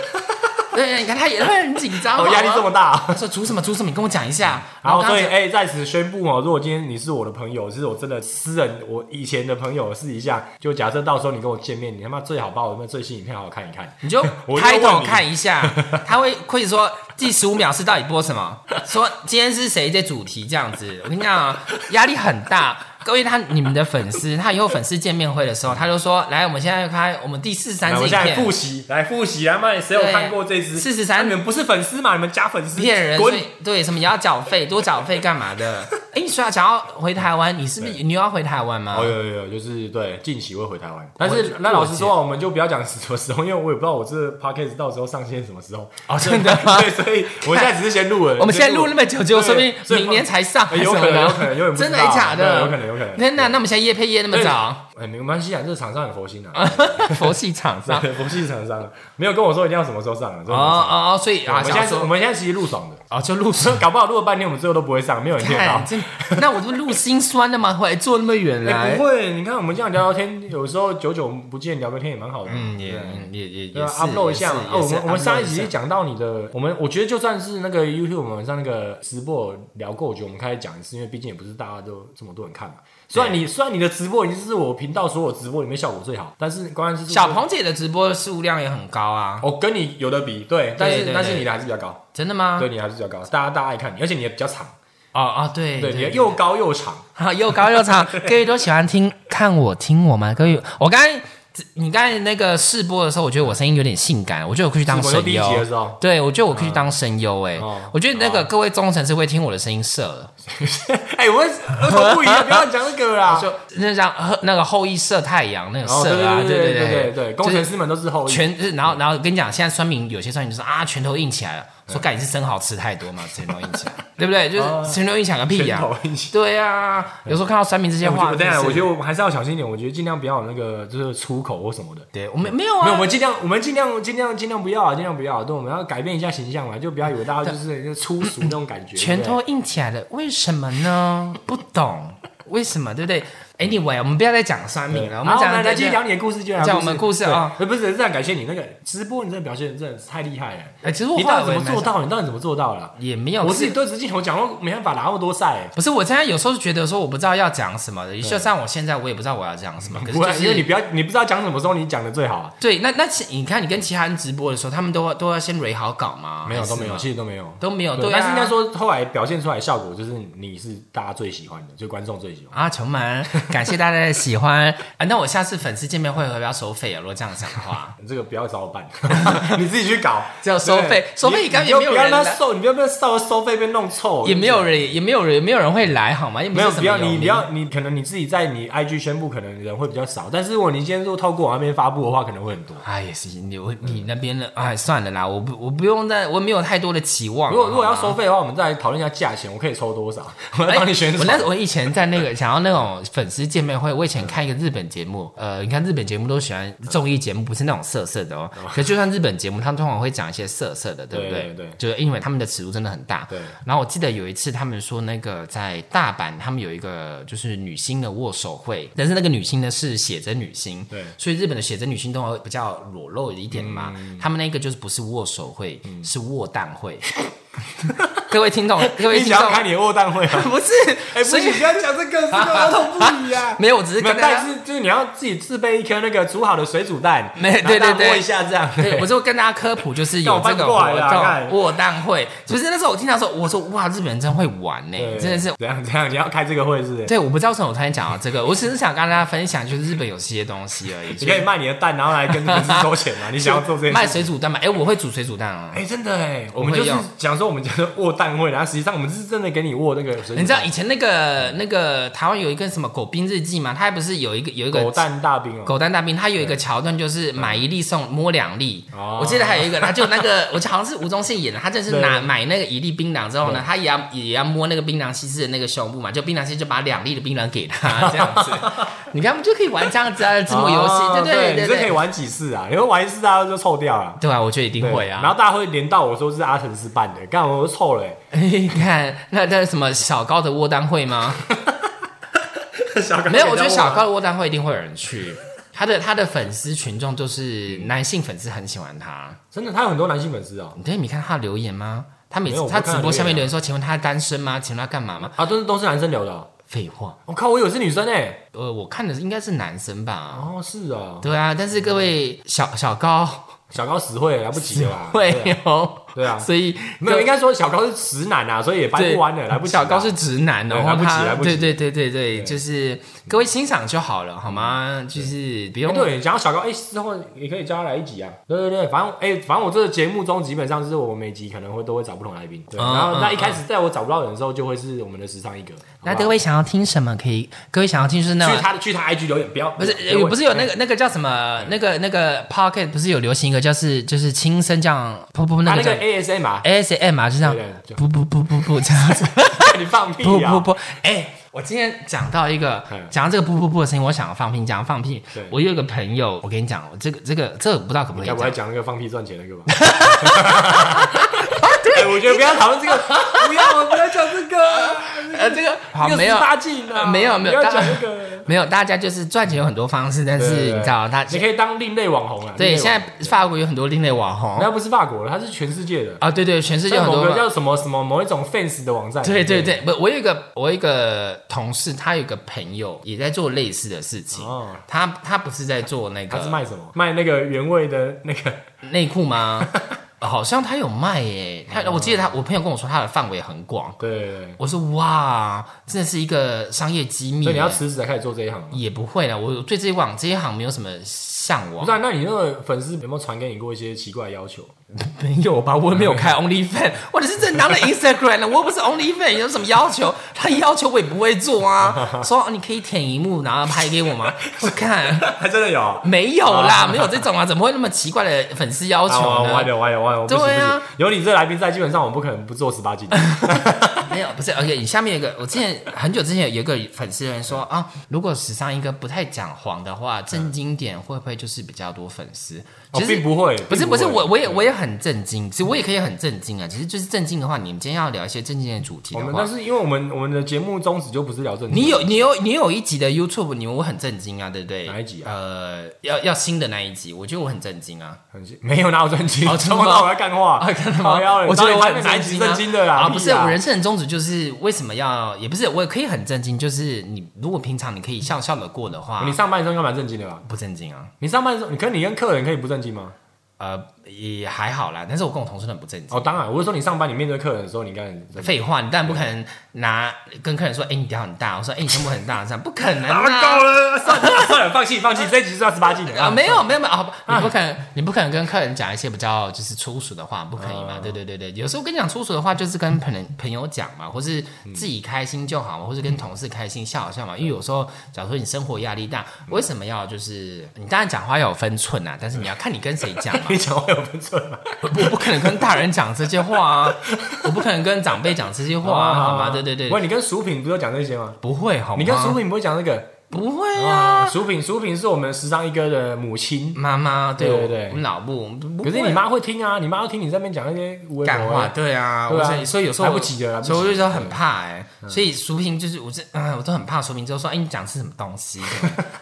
Speaker 4: 对，你看他也会很紧张，
Speaker 3: 我压力
Speaker 4: 好吗
Speaker 3: 这么。大 啊。
Speaker 4: 他说煮什么煮什么，你跟我讲一下。
Speaker 3: 然后
Speaker 4: 我刚
Speaker 3: 所以
Speaker 4: 讲
Speaker 3: 哎、在此宣布哦，如果今天你是我的朋友，是我真的私人，我以前的朋友试一下，就假设到时候你跟我见面，你他妈最好把我们最新影片好好看一看。
Speaker 4: 你就
Speaker 3: 我就
Speaker 4: 开
Speaker 3: 问
Speaker 4: 头
Speaker 3: 你
Speaker 4: 看一下，他会会说第十五秒是到底播什么，说今天是谁在主题这样子。我跟你讲啊，压力很大。各位他你们的粉丝，他以后粉丝见面会的时候，他就说：“来，我们现在开我们第四十三
Speaker 3: 来，
Speaker 4: 支
Speaker 3: 我
Speaker 4: 影
Speaker 3: 现在
Speaker 4: 片。
Speaker 3: 复习，来复习啊！妈，谁有
Speaker 4: 对
Speaker 3: 看过这支？
Speaker 4: 43
Speaker 3: 啊你们不是粉丝嘛？你们加粉丝
Speaker 4: 骗人，所
Speaker 3: 滚
Speaker 4: 以！对什么也要缴费，多缴费干嘛 的？哎、你说要想要回台湾，你是不是你又要回台湾吗
Speaker 3: 哦，？有有有，就是对，近期会回台湾，但是那老实说啊，我们就不要讲什么时候，因为我也不知道我这 podcast 到时候上线什么时候。
Speaker 4: 哦真的 吗
Speaker 3: 对，所以我现在只是先录了。
Speaker 4: 我们现在录那
Speaker 3: 了，
Speaker 4: 么久，结果说不定
Speaker 3: 所以
Speaker 4: 明年才上，
Speaker 3: 哎有可能
Speaker 4: 还是什么的
Speaker 3: 有可能有点不知道啊
Speaker 4: 真的还假的？
Speaker 3: 对有可能有可能
Speaker 4: 天哪，那我们现在夜配夜那么早，
Speaker 3: 哎，没关系啊，这厂商很佛心 啊，
Speaker 4: 佛系厂商
Speaker 3: 对佛系厂商啊没有跟我说一定要什么时候上啊。真的
Speaker 4: 哦
Speaker 3: 没上
Speaker 4: 哦哦，所以
Speaker 3: 我
Speaker 4: 啊，
Speaker 3: 们现在
Speaker 4: 想
Speaker 3: 是我
Speaker 4: 说
Speaker 3: 们现在其实录爽的，
Speaker 4: 哦，就录上。
Speaker 3: 搞不好录了半天，我们最后都不会上，没有人听得到
Speaker 4: 看，。真那我这录心酸的嘛，回来坐那么远
Speaker 3: 哎，
Speaker 4: 来
Speaker 3: 不，会，你看我们这样聊聊天，有时候久久不见聊个天也蛮好的。
Speaker 4: 嗯，也
Speaker 3: 对
Speaker 4: 嗯也也
Speaker 3: 对
Speaker 4: 也
Speaker 3: 啊
Speaker 4: 是
Speaker 3: ，upload 一下嘛。哦，我们我们上一集
Speaker 4: 集
Speaker 3: 是讲到你的，我们我觉得就算是那个 YouTube 我们上那个直播聊过，我觉得我们开始讲一次，因为毕竟也不是大家都这么多人看嘛。虽然你虽然你的直播已经是我频道所有直播里面效果最好，但是关键是
Speaker 4: 小鹏姐的直播数量也很高啊，
Speaker 3: 我跟你有的比，对，啊但是
Speaker 4: 对对
Speaker 3: 但是你的还是比较高，
Speaker 4: 真的吗？
Speaker 3: 对，你的还是比较高，大家大家爱看你，而且你也比较长，
Speaker 4: 哦哦，对
Speaker 3: 对，你的又高又长，
Speaker 4: 好，啊又高又长，各位都喜欢听看我听我吗？各位，我刚才你刚才那个试播的时候，我觉得我声音有点性感，我觉得我可以去当
Speaker 3: 是我说
Speaker 4: 声
Speaker 3: 第一集的
Speaker 4: 优。
Speaker 3: 时候，嗯
Speaker 4: 对，我觉得我可以去当声优哎
Speaker 3: 哦，
Speaker 4: 我觉得那个各位忠诚是会听我的声音社的，
Speaker 3: 哎，我们儿童不宜啊，不要讲这个 啦。
Speaker 4: 就那像呃那个后羿射太阳那个
Speaker 3: 哦，对
Speaker 4: 射啊，
Speaker 3: 对
Speaker 4: 对
Speaker 3: 对对
Speaker 4: 对
Speaker 3: 对，工程师们都是后裔，
Speaker 4: 全，然后然后跟你讲，现在酸民有些酸民就说啊，拳头硬起来了，说
Speaker 3: 嗯
Speaker 4: 干你是生蚝吃太多嘛，拳头硬起来，对不对？就是拳头硬起来个屁
Speaker 3: 哦拳
Speaker 4: 呀
Speaker 3: 头，一起。
Speaker 4: 对呀，有时候看到酸民这些
Speaker 3: 我觉
Speaker 4: 话，
Speaker 3: 得当然，
Speaker 4: 真
Speaker 3: 我
Speaker 4: 是
Speaker 3: 觉得我们还是要小心一点。我觉得尽量不要有那个就是出口或什么的。
Speaker 4: 对我们没有啊，
Speaker 3: 没有，我们尽量，我们尽量，尽量，尽量不要啊，尽量不要啊。对，我们要改变一下形象嘛，就不要以为大家就是就粗俗那种感觉。
Speaker 4: 拳头
Speaker 3: 对
Speaker 4: 硬起来了，为什么 呢？不懂为什么，对不对？Anyway，我们不要再讲酸
Speaker 3: 不对
Speaker 4: 民了，我
Speaker 3: 好
Speaker 4: 们讲
Speaker 3: 来来
Speaker 4: 这
Speaker 3: 继续聊你的故事，就
Speaker 4: 讲我们故事啊。
Speaker 3: 对呃不是，这样感谢你那个直播，你真的表现真的太厉害了。
Speaker 4: 哎，其实我
Speaker 3: 你
Speaker 4: 后
Speaker 3: 到
Speaker 4: 来
Speaker 3: 底怎么做
Speaker 4: 我
Speaker 3: 到？
Speaker 4: 也蛮想？
Speaker 3: 你到底怎么做到了？
Speaker 4: 也没有，
Speaker 3: 我
Speaker 4: 可
Speaker 3: 自己
Speaker 4: 是
Speaker 3: 对着镜头讲，我没办法拿那么多赛。
Speaker 4: 不是我现在有时候觉得说我不知道要讲什么的，就像我现在我也不知道我要讲什么，可是
Speaker 3: 不
Speaker 4: 就
Speaker 3: 然，因为
Speaker 4: 是
Speaker 3: 你不要，你不知道讲什么时候你讲的最好啊。
Speaker 4: 对，那那其你看你跟其他人直播的时候，他们都都要先蕊好稿吗？
Speaker 3: 没有，
Speaker 4: 还哎是
Speaker 3: 都没有，
Speaker 4: 什
Speaker 3: 其
Speaker 4: 么
Speaker 3: 实都没有。
Speaker 4: 都没有，
Speaker 3: 对，
Speaker 4: 啊
Speaker 3: 但是应该说后来表现出来的效果就是你是大家最喜欢的，就观众最喜欢。
Speaker 4: 啊，琼门， 感谢大家的喜欢啊！那我下次粉丝见面会会不要收费啊？如果这样想的 话，
Speaker 3: 你这个不要找我办，你自己去搞，
Speaker 4: 只要收费
Speaker 3: 对
Speaker 4: 收费
Speaker 3: 你
Speaker 4: 应该
Speaker 3: 你
Speaker 4: 也没有
Speaker 3: 不要
Speaker 4: 人
Speaker 3: 让他
Speaker 4: 来
Speaker 3: 收，你不要不要到收费被弄臭，
Speaker 4: 也没有人也没有人也没有人会来好吗？又
Speaker 3: 啊没
Speaker 4: 是
Speaker 3: 有，
Speaker 4: 什么
Speaker 3: 不要
Speaker 4: 有
Speaker 3: 你，不
Speaker 4: 名
Speaker 3: 要你，可能你自己在你 IG 宣布，可能人会比较少。但是如果你今天说透过我那边发布的话，可能会很多。嗯
Speaker 4: 哎，也是你我你那边的，哎，算了啦，我不我不用再，我没有太多的期望了。
Speaker 3: 如果如果要
Speaker 4: 好
Speaker 3: 收
Speaker 4: 吗，
Speaker 3: 费的话，我们再来讨论一下价钱，我可以抽多少？我
Speaker 4: 哎
Speaker 3: 来帮你选
Speaker 4: 我那
Speaker 3: 手。
Speaker 4: 我以前在那个想要那种粉丝见面会，我以前看一个日本节目，呃，你看日本节目都喜欢综艺节目，不是那种色色的哦。可就算日本节目，他们通常会讲一些色色的，对不
Speaker 3: 对对对
Speaker 4: 就是因为他们的尺度真的很大。
Speaker 3: 对
Speaker 4: 然后我记得有一次他们说那个在大阪，他们有一个就是女星的握手会，但是那个女星呢是写真女星，
Speaker 3: 对
Speaker 4: 所以日本的写真女星都会比较裸露一点嘛。
Speaker 3: 嗯
Speaker 4: 他们那个就是不是握手会，是握蛋 会。 各位听众，各位
Speaker 3: 你
Speaker 4: 听
Speaker 3: 想
Speaker 4: 众
Speaker 3: 要，开你的卧蛋会啊？
Speaker 4: 不是，
Speaker 3: 哎，不
Speaker 4: 所以
Speaker 3: 行，不要讲这个，这个儿童不宜啊。
Speaker 4: 没有，我只是
Speaker 3: 没有
Speaker 4: 跟大
Speaker 3: 但
Speaker 4: 家，
Speaker 3: 是就是你要自己自备一颗那个煮好的水煮蛋，
Speaker 4: 没
Speaker 3: 然后
Speaker 4: 对对
Speaker 3: 大家
Speaker 4: 对
Speaker 3: 摸一下这样。
Speaker 4: 对，我就跟大家科普，就是有这
Speaker 3: 干
Speaker 4: 个
Speaker 3: 我
Speaker 4: 活
Speaker 3: 搬过来了
Speaker 4: 动
Speaker 3: 看
Speaker 4: 握蛋会，不是那时候我听到说，我说哇，日本人真会玩 呢、
Speaker 3: 对
Speaker 4: 真的是。
Speaker 3: 怎样怎样？你要开这个会是不是？
Speaker 4: 对，我不知道为什么我突然讲到这个，我只是想跟大家分享，就是日本有这些东西而已。
Speaker 3: 你可以卖你的蛋，然后来跟粉丝收钱 嘛？你想要做这件事
Speaker 4: 卖
Speaker 3: 情？
Speaker 4: 水煮蛋嘛？哎、我会煮水煮蛋啊。
Speaker 3: 哎、真的哎，我
Speaker 4: 我
Speaker 3: 们
Speaker 4: 会
Speaker 3: 就是
Speaker 4: 用
Speaker 3: 讲说我们叫做握蛋会，然后实际上我们是真的给你握那个水煮蛋，
Speaker 4: 你知道以前那个那个台湾有一个什么狗兵日记嘛？它还不是有一个有一个
Speaker 3: 狗蛋大兵哦、
Speaker 4: 狗蛋大兵，它有一个桥段就是买一粒送摸两粒。
Speaker 3: 哦
Speaker 4: 我记得还有一个，他就那个，我记得好像是吴宗宪演的，他就是拿
Speaker 3: 对
Speaker 4: 买那个一粒槟榔之后呢，他也要也要摸那个槟榔西施的那个胸部嘛，就槟榔西施就把两粒的槟榔给他这样子。 你看，我们就可以玩这样子啊，字幕游戏，
Speaker 3: 哦
Speaker 4: 对
Speaker 3: 你
Speaker 4: 对
Speaker 3: 这可以
Speaker 4: 对。
Speaker 3: 玩几次啊？你会玩一次大家就臭掉了。
Speaker 4: 对啊，我觉得一定会
Speaker 3: 然
Speaker 4: 啊
Speaker 3: 后。大家会连到我说是阿成是办的，干我都臭了欸、
Speaker 4: 你看，那那什么小高的窝蛋会吗？
Speaker 3: 小高
Speaker 4: 没有，我觉得
Speaker 3: 也在
Speaker 4: 小
Speaker 3: 握
Speaker 4: 高的窝蛋会一定会有人去。他的他的粉丝群众就是男性粉丝很喜欢他。
Speaker 3: 真的，他有很多男性粉丝哦、
Speaker 4: 你对你看他的留言吗？他每
Speaker 3: 没有
Speaker 4: 次
Speaker 3: 我不
Speaker 4: 他
Speaker 3: 看
Speaker 4: 直播下面
Speaker 3: 留言啊
Speaker 4: 留言说：“请问他单身吗？请问他干嘛吗
Speaker 3: 啊，都是都是男生留的哦、？”
Speaker 4: 废话，
Speaker 3: 我、靠，我以为是女生哎、
Speaker 4: 呃，我看的应该是男生吧？
Speaker 3: 哦，是哦、
Speaker 4: 对啊，但是各位小小高
Speaker 3: 小高实惠来不及了啦，对啊
Speaker 4: 会哦，
Speaker 3: 对啊
Speaker 4: 所以
Speaker 3: 没有，应该说小高是直男啊，所以也掰
Speaker 4: 对
Speaker 3: 不弯了，来不及啦。啊
Speaker 4: 小高是直男哦，
Speaker 3: 对来不及
Speaker 4: 他
Speaker 3: 来不及
Speaker 4: 对对对对对，就是各位欣赏就好了，好吗？就是不
Speaker 3: 哎
Speaker 4: 用
Speaker 3: 对，讲到小高，哎、之后也可以叫他来一集啊。对对对，反正哎、反正我这个节目中基本上就是我每集可能会都会找不同来宾。对，
Speaker 4: 嗯
Speaker 3: 然后
Speaker 4: 嗯
Speaker 3: 那一开始在我找不到人的时候，就会是我们的时尚一哥。
Speaker 4: 那
Speaker 3: 好不好
Speaker 4: 各位想要听什么？可以，各位想要听就是那
Speaker 3: 去
Speaker 4: 种。
Speaker 3: 他的去他 IG 留言，不要
Speaker 4: 不是，
Speaker 3: 要
Speaker 4: 呃不是有那
Speaker 3: 哎
Speaker 4: 个那个叫什么？那个那个 Pocket 不是有流行一个，就是就是轻声这样，噗噗
Speaker 3: 他那
Speaker 4: 那个叫
Speaker 3: 个 ASM 啊，
Speaker 4: ASM 啊，就这样
Speaker 3: 对对，就
Speaker 4: 不不不不不这样子，
Speaker 3: 你放 屁
Speaker 4: 不
Speaker 3: 啊！
Speaker 4: 不不，哎，我今天讲到一个
Speaker 3: 嗯，
Speaker 4: 讲到这个不不不的声音，我想要放屁，讲到放屁
Speaker 3: 对。
Speaker 4: 我有一个朋友，我跟你讲，我这个这个这个不知道可不可以
Speaker 3: 该
Speaker 4: 讲
Speaker 3: 不会，讲那个放屁赚钱那个 吧？哎，我觉得不要讨论这 个，不要不要讲这个，
Speaker 4: 呃，这个好
Speaker 3: 这个
Speaker 4: 没有
Speaker 3: 十八禁啊，
Speaker 4: 呃没有没有
Speaker 3: 不要
Speaker 4: 当
Speaker 3: 讲这个。
Speaker 4: 没有，大家就是赚钱有很多方式，但是你知道，大
Speaker 3: 你可以当另类网红啊。
Speaker 4: 对
Speaker 3: 另类网红
Speaker 4: 现在法国有很多另类网
Speaker 3: 那
Speaker 4: 红
Speaker 3: 不是法国了，它是全世界的。
Speaker 4: 啊，对对，全世界有
Speaker 3: 像
Speaker 4: 很
Speaker 3: 某
Speaker 4: 多
Speaker 3: 个
Speaker 4: 网。
Speaker 3: 叫什么什么某一种 fans 的网站，
Speaker 4: 对对对，不，我有一个我有一个同事，他有一个朋友也在做类似的事情
Speaker 3: 哦，
Speaker 4: 他他不是在做那个，
Speaker 3: 他是卖什么？卖那个原味的那个
Speaker 4: 内裤吗？哦好像他有卖耶、他我记得他，我朋友跟我说他的范围很广，
Speaker 3: 对对对，
Speaker 4: 我说哇，真的是一个商业机密耶、
Speaker 3: 所以你要辞职才开始做这一行啊嘛。
Speaker 4: 也不会啦，我对这一行这一行没有什么向
Speaker 3: 不
Speaker 4: 往
Speaker 3: 是、，啊，那你那个粉丝有没有传给你过一些奇怪的要求？
Speaker 4: 没有吧？我也没有 开 OnlyFan，我只是正当的 Instagram 呢，我又不是 OnlyFan，有什么要求？他要求我也不会做啊，说你可以舔一幕，然后拍给我吗？我看
Speaker 3: 还真的有啊？啊
Speaker 4: 没有啦，没有这种啊，怎么会那么奇怪的粉丝要求
Speaker 3: 我
Speaker 4: 呢？
Speaker 3: 我有我有我有，不行不
Speaker 4: 啊对啊
Speaker 3: 行，有你这来宾在，基本上我不可能不做十 八禁。
Speaker 4: 没有，不是，而且你下面有一个，我之前很久之前有一个粉丝留言说啊，如果史上一个不太讲谎的话，正经点会不会就是比较多粉丝？
Speaker 3: 哦并不会
Speaker 4: 不是
Speaker 3: 并不
Speaker 4: 不是，
Speaker 3: 会
Speaker 4: 我我也我也很震惊，其实我也可以很震惊啊。其实就是震惊的话，你们今天要聊一些震惊的主题
Speaker 3: 我
Speaker 4: 的
Speaker 3: 们
Speaker 4: 话
Speaker 3: 哦但，是因为我们我们的节目宗旨就不是聊政治，
Speaker 4: 你有你有你有一集的 YouTube，你我很震惊啊，对不对？
Speaker 3: 哪一集啊
Speaker 4: 呃，要要新的那一集，我觉得我很震惊啊。
Speaker 3: 很没有哪有正经？
Speaker 4: 哦真的吗
Speaker 3: 从头到尾在干话
Speaker 4: 啊，真的吗
Speaker 3: 靠腰嘞？
Speaker 4: 我觉得
Speaker 3: 到底
Speaker 4: 我
Speaker 3: 拍
Speaker 4: 很
Speaker 3: 哪一
Speaker 4: 震
Speaker 3: 集
Speaker 4: 惊
Speaker 3: 正经的啦
Speaker 4: 啊！不是，
Speaker 3: 屁啦
Speaker 4: 我人生的宗旨就是为什么要，也不是，我也可以很震惊，就是你如果平常你可以笑笑的过的话，
Speaker 3: 哦你上班的时候应该蛮正经的吧？
Speaker 4: 不震惊啊？
Speaker 3: 你上班的时候，你可你跟客人可以不正经吗？
Speaker 4: 呃也还好啦，但 是我跟我同事都很不正经。
Speaker 3: 哦，当然，我是说你上班你面对客人的时候，你应该很
Speaker 4: 废话，你当然不可能拿跟客人说，哎、你屌很大，我说，哎、你胸部很大，这样不可能
Speaker 3: 啊，
Speaker 4: 啊。
Speaker 3: 够了，算了算了， 放弃放弃，这一集是要十八禁的
Speaker 4: 啊，没有没有没有啊，你不可能，你不可能跟客人讲一些比较就是粗俗的话，不可以
Speaker 3: 啊
Speaker 4: 嘛？对对对对，有时候跟你讲粗俗的话，就是跟朋友朋友讲嘛，或是自己开心就好嘛，或是跟同事开心笑一笑
Speaker 3: 嗯
Speaker 4: 嘛。因为有时候，假如说你生活压力大，为什么要就是你当然讲话要有分寸啊，但是你要看你跟谁 讲嘛。
Speaker 3: 你讲话有分寸吗？
Speaker 4: 我不可能跟大人讲这些话啊，我不可能跟长辈讲这些话啊，好吗？对对对啊
Speaker 3: 不，是你跟薯品不是有讲这些吗？
Speaker 4: 不会好吗？
Speaker 3: 你跟薯品不会讲这个
Speaker 4: 不会
Speaker 3: 啊？
Speaker 4: 啊，
Speaker 3: 薯品薯品是我们时尚一哥的母亲，
Speaker 4: 妈妈对
Speaker 3: 对
Speaker 4: 我
Speaker 3: 对
Speaker 4: 我们老布，我们不
Speaker 3: 可是
Speaker 4: 不会
Speaker 3: 你妈会听啊，你妈会听你在那边讲那些微博
Speaker 4: 干话，对啊，
Speaker 3: 对啊
Speaker 4: 我所以所以有时候
Speaker 3: 来
Speaker 4: 我
Speaker 3: 不及了来不及嗯
Speaker 4: 所以我就说很怕哎、所以淑萍就是我这，嗯，我都很怕淑萍，就说哎、你讲的是什么东 西，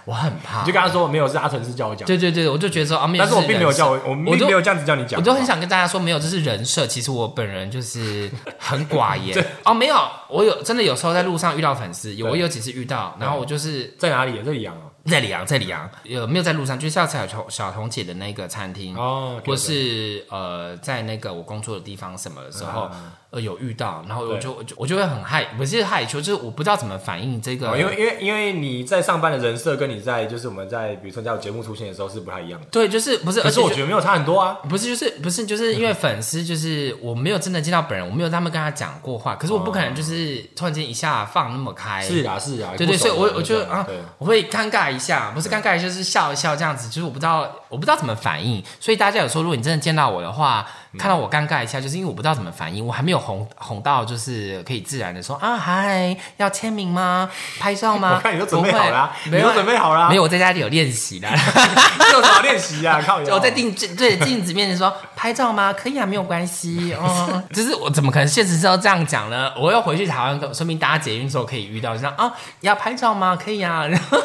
Speaker 4: 我很怕，
Speaker 3: 你就跟她说没有，是阿成是叫我讲，
Speaker 4: 啊对对对，我就觉得说啊，没有，
Speaker 3: 但是我并没有叫我，我
Speaker 4: 我
Speaker 3: 并
Speaker 4: 就
Speaker 3: 没有这样子叫你讲，
Speaker 4: 我就很想跟大家说，没有，这是人设。其实我本人就是很寡 言哦，没有，我有真的有时候在路上遇到粉丝，有
Speaker 3: 对
Speaker 4: 我有几次遇到，然后我就是
Speaker 3: 在哪里？这里养哦
Speaker 4: 在里昂，在里昂，有没有在路上？就是下次小童小童姐的那个餐厅
Speaker 3: 哦，OK，
Speaker 4: 或是呃，在那个我工作的地方什么的时候，呃，有遇到，然后
Speaker 3: 啊
Speaker 4: 我
Speaker 3: 对
Speaker 4: 就我就我就会很害，不是害羞，就是我不知道怎么反应这个，
Speaker 3: 哦因为因为因为你在上班的人设跟你在就是我们在比如说在节目出现的时候是不太一样的，
Speaker 4: 对，就是不是，
Speaker 3: 可
Speaker 4: 而
Speaker 3: 是
Speaker 4: 且
Speaker 3: 我
Speaker 4: 就
Speaker 3: 觉得没有差很多啊。
Speaker 4: 不是，就是不是，就是因为粉丝，就是我没有真的见到本人，我没有他们跟他讲过话，可是我不可能就是突然间一下放那么开，
Speaker 3: 是啊，是啊，
Speaker 4: 哎对对，
Speaker 3: 不熟
Speaker 4: 所以
Speaker 3: 的
Speaker 4: 我我就
Speaker 3: 对
Speaker 4: 啊
Speaker 3: 对，
Speaker 4: 我会尴尬一下，不是尴尬一下，就是笑一笑这样子，就是我不知道我不知道怎么反应，所以大家有时候如果你真的见到我的话，
Speaker 3: 嗯
Speaker 4: 看到我尴尬一下，就是因为我不知道怎么反应，我还没有红红到就是可以自然的说啊嗨，要签名吗？拍照吗？
Speaker 3: 我看你都准备
Speaker 4: 不会
Speaker 3: 好啦
Speaker 4: 没
Speaker 3: 你
Speaker 4: 有啊
Speaker 3: 都准备好啊啦
Speaker 4: 没有，我在家里有练习的。
Speaker 3: 这有什么好练习 啊？靠腰！
Speaker 4: 我在镜对镜子面前说拍照吗？可以啊，没有关系哦。 就是我怎么可能现实是要这样讲呢？我要回去台湾，说明大家捷运的时候可以遇到，就这样啊，要拍照吗？可以啊。然 后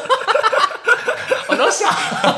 Speaker 4: 我都 想，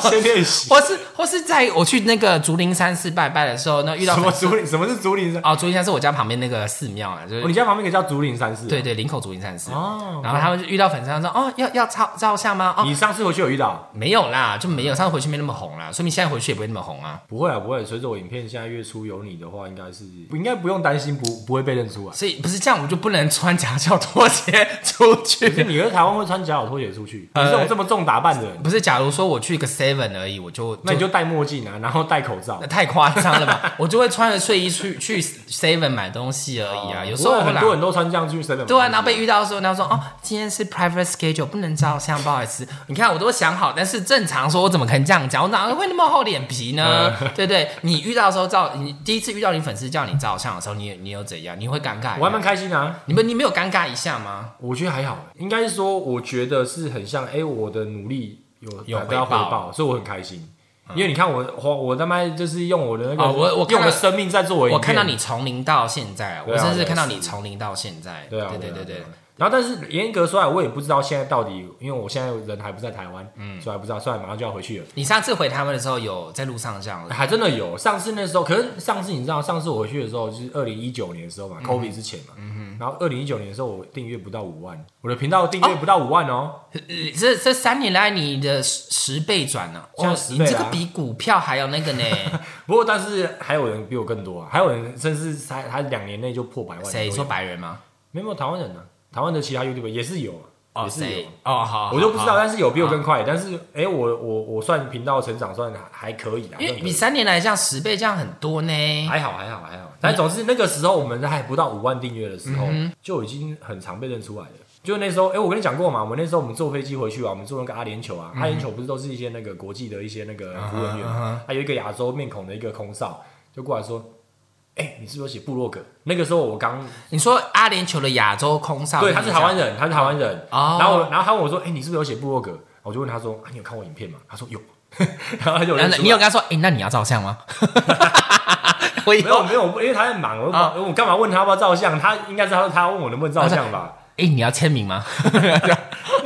Speaker 3: 先练 习。
Speaker 4: 或是或是在我去那个竹林山寺拜拜的时候，那遇到
Speaker 3: 什么
Speaker 4: 粉丝
Speaker 3: 竹林？什么是竹林山？
Speaker 4: 哦，竹林山是我家旁边那个寺庙啊，就是
Speaker 3: 哦，你家旁边一个叫竹林山寺。啊
Speaker 4: 对，对林口竹林山寺。
Speaker 3: 哦
Speaker 4: 然后他们就遇到粉丝，他说哦，要要照照相吗？哦，
Speaker 3: 你上次回去有遇到？
Speaker 4: 没有啦，就没有。上次回去没那么红啦，说明现在回去也不会那么红啊。
Speaker 3: 不会啊，不会。随着我影片现在越出有你的话，应该是应该不用担心不不会被认出来。
Speaker 4: 所以不是这样，我就不能穿夹脚拖鞋出
Speaker 3: 可是
Speaker 4: 去。
Speaker 3: 你在台湾会穿夹脚拖鞋出去，你
Speaker 4: 呃
Speaker 3: 这种这么重打扮的人，
Speaker 4: 不是，假如说我去一个 Seven 而已，我就
Speaker 3: 那你就戴墨镜啊，然后戴口罩
Speaker 4: 那。太夸张了 吧？我就会穿着睡衣去去 Seven 买东西而已啊。有时候
Speaker 3: 不会很
Speaker 4: 啦
Speaker 3: 多人都穿这样去 seven。
Speaker 4: 对啊，然后被遇到的时候，然后说哦，今天是 private schedule，不能照相，不好意思。你看我都想好，但是正常说，我怎么可能这样讲？我哪会那么厚脸皮呢？对不对？你遇到的时候照，你第一次遇到你粉丝叫你照相的时候，你你有怎样？你会尴尬？
Speaker 3: 我还蛮开心啊，
Speaker 4: 你们你没有尴尬一下吗？
Speaker 3: 我觉得还好，欸应该是说，我觉得是很像，哎、我的努力有
Speaker 4: 有
Speaker 3: 得到回
Speaker 4: 回报嗯
Speaker 3: 报，所以我很开心。因为你看我，我我他妈就是用我的那个，
Speaker 4: 哦我我看
Speaker 3: 用
Speaker 4: 到
Speaker 3: 我的生命在做我的
Speaker 4: 我
Speaker 3: 影片
Speaker 4: 看到你，从零到现在，
Speaker 3: 对
Speaker 4: 我
Speaker 3: 啊
Speaker 4: 甚
Speaker 3: 我
Speaker 4: 至
Speaker 3: 也
Speaker 4: 看到
Speaker 3: 是
Speaker 4: 你从零到现在。
Speaker 3: 对啊，
Speaker 4: 对对
Speaker 3: 啊
Speaker 4: 对
Speaker 3: 啊
Speaker 4: 对
Speaker 3: 啊。然后，但是严格说来，我也不知道现在到底，因为我现在人还不在台湾，嗯，所以还不知道，所以马上就要回去了。哎
Speaker 4: 你上次回台湾的时候，有在路上 这样子，
Speaker 3: 还真的有，上次那时候，可是上次你知道，上次我回去的时候就是二零一九年的时
Speaker 4: 嗯
Speaker 3: 候嘛、c o v i d 之前嘛，然后二零一九年的时候我订阅不到五万，哦我的频道订阅不到五万哦
Speaker 4: 呃这这三年来你的十十倍转了，
Speaker 3: 现
Speaker 4: 哇
Speaker 3: 在，十
Speaker 4: 你
Speaker 3: 倍啊
Speaker 4: 这个
Speaker 3: 啦
Speaker 4: 比股票还有 那个呢？
Speaker 3: 不过，但是还有人比我更多啊，还有人甚至才他两年内就破百万。
Speaker 4: 谁说？白人吗？
Speaker 3: 没有没有台湾人呢、啊，台湾的其他 YouTube 也是有啊、
Speaker 4: 哦，
Speaker 3: 也是有
Speaker 4: 谁
Speaker 3: 啊。？
Speaker 4: 哦，好，
Speaker 3: 我就不知道，
Speaker 4: 好。好
Speaker 3: 但是有比我更快。但是，哎、我我我算频道成长算还还可以啊，
Speaker 4: 因为
Speaker 3: 算可
Speaker 4: 你
Speaker 3: 以
Speaker 4: 三年来这样十倍，这样很多呢。
Speaker 3: 还好还好还好。但总之那个时候我们还不到五万订阅的时候，
Speaker 4: 嗯
Speaker 3: 就已经很常被认出来了。就那时候，哎、我跟你讲过嘛，我们那时候我们坐飞机回去啊，我们坐那个阿联酋
Speaker 4: 嗯
Speaker 3: 啊，阿联酋不是都是一些那个国际的一些那个服务人员嘛，还有一个亚洲面孔的一个空少就过来说。哎、你是不是有写部落格？那个时候我刚
Speaker 4: 你说阿联酋的亚洲空少，
Speaker 3: 对，他是台湾人，他是台湾人。
Speaker 4: 哦
Speaker 3: 然后我，然后他问我说：“哎、你是不是有写部落格？”我就问他说：“啊，你有看我影片吗？”他说有， 然后他就认
Speaker 4: 然后
Speaker 3: 出
Speaker 4: 你有
Speaker 3: 来
Speaker 4: 跟他说，哎，那你要照 相吗？我以
Speaker 3: 没有
Speaker 4: 后，
Speaker 3: 没有，因为他在忙，我、
Speaker 4: 啊
Speaker 3: 我干嘛问他要不要照相？他应该是他说他问我能不能照相吧？
Speaker 4: 哎，你要签 名吗？
Speaker 3: 因为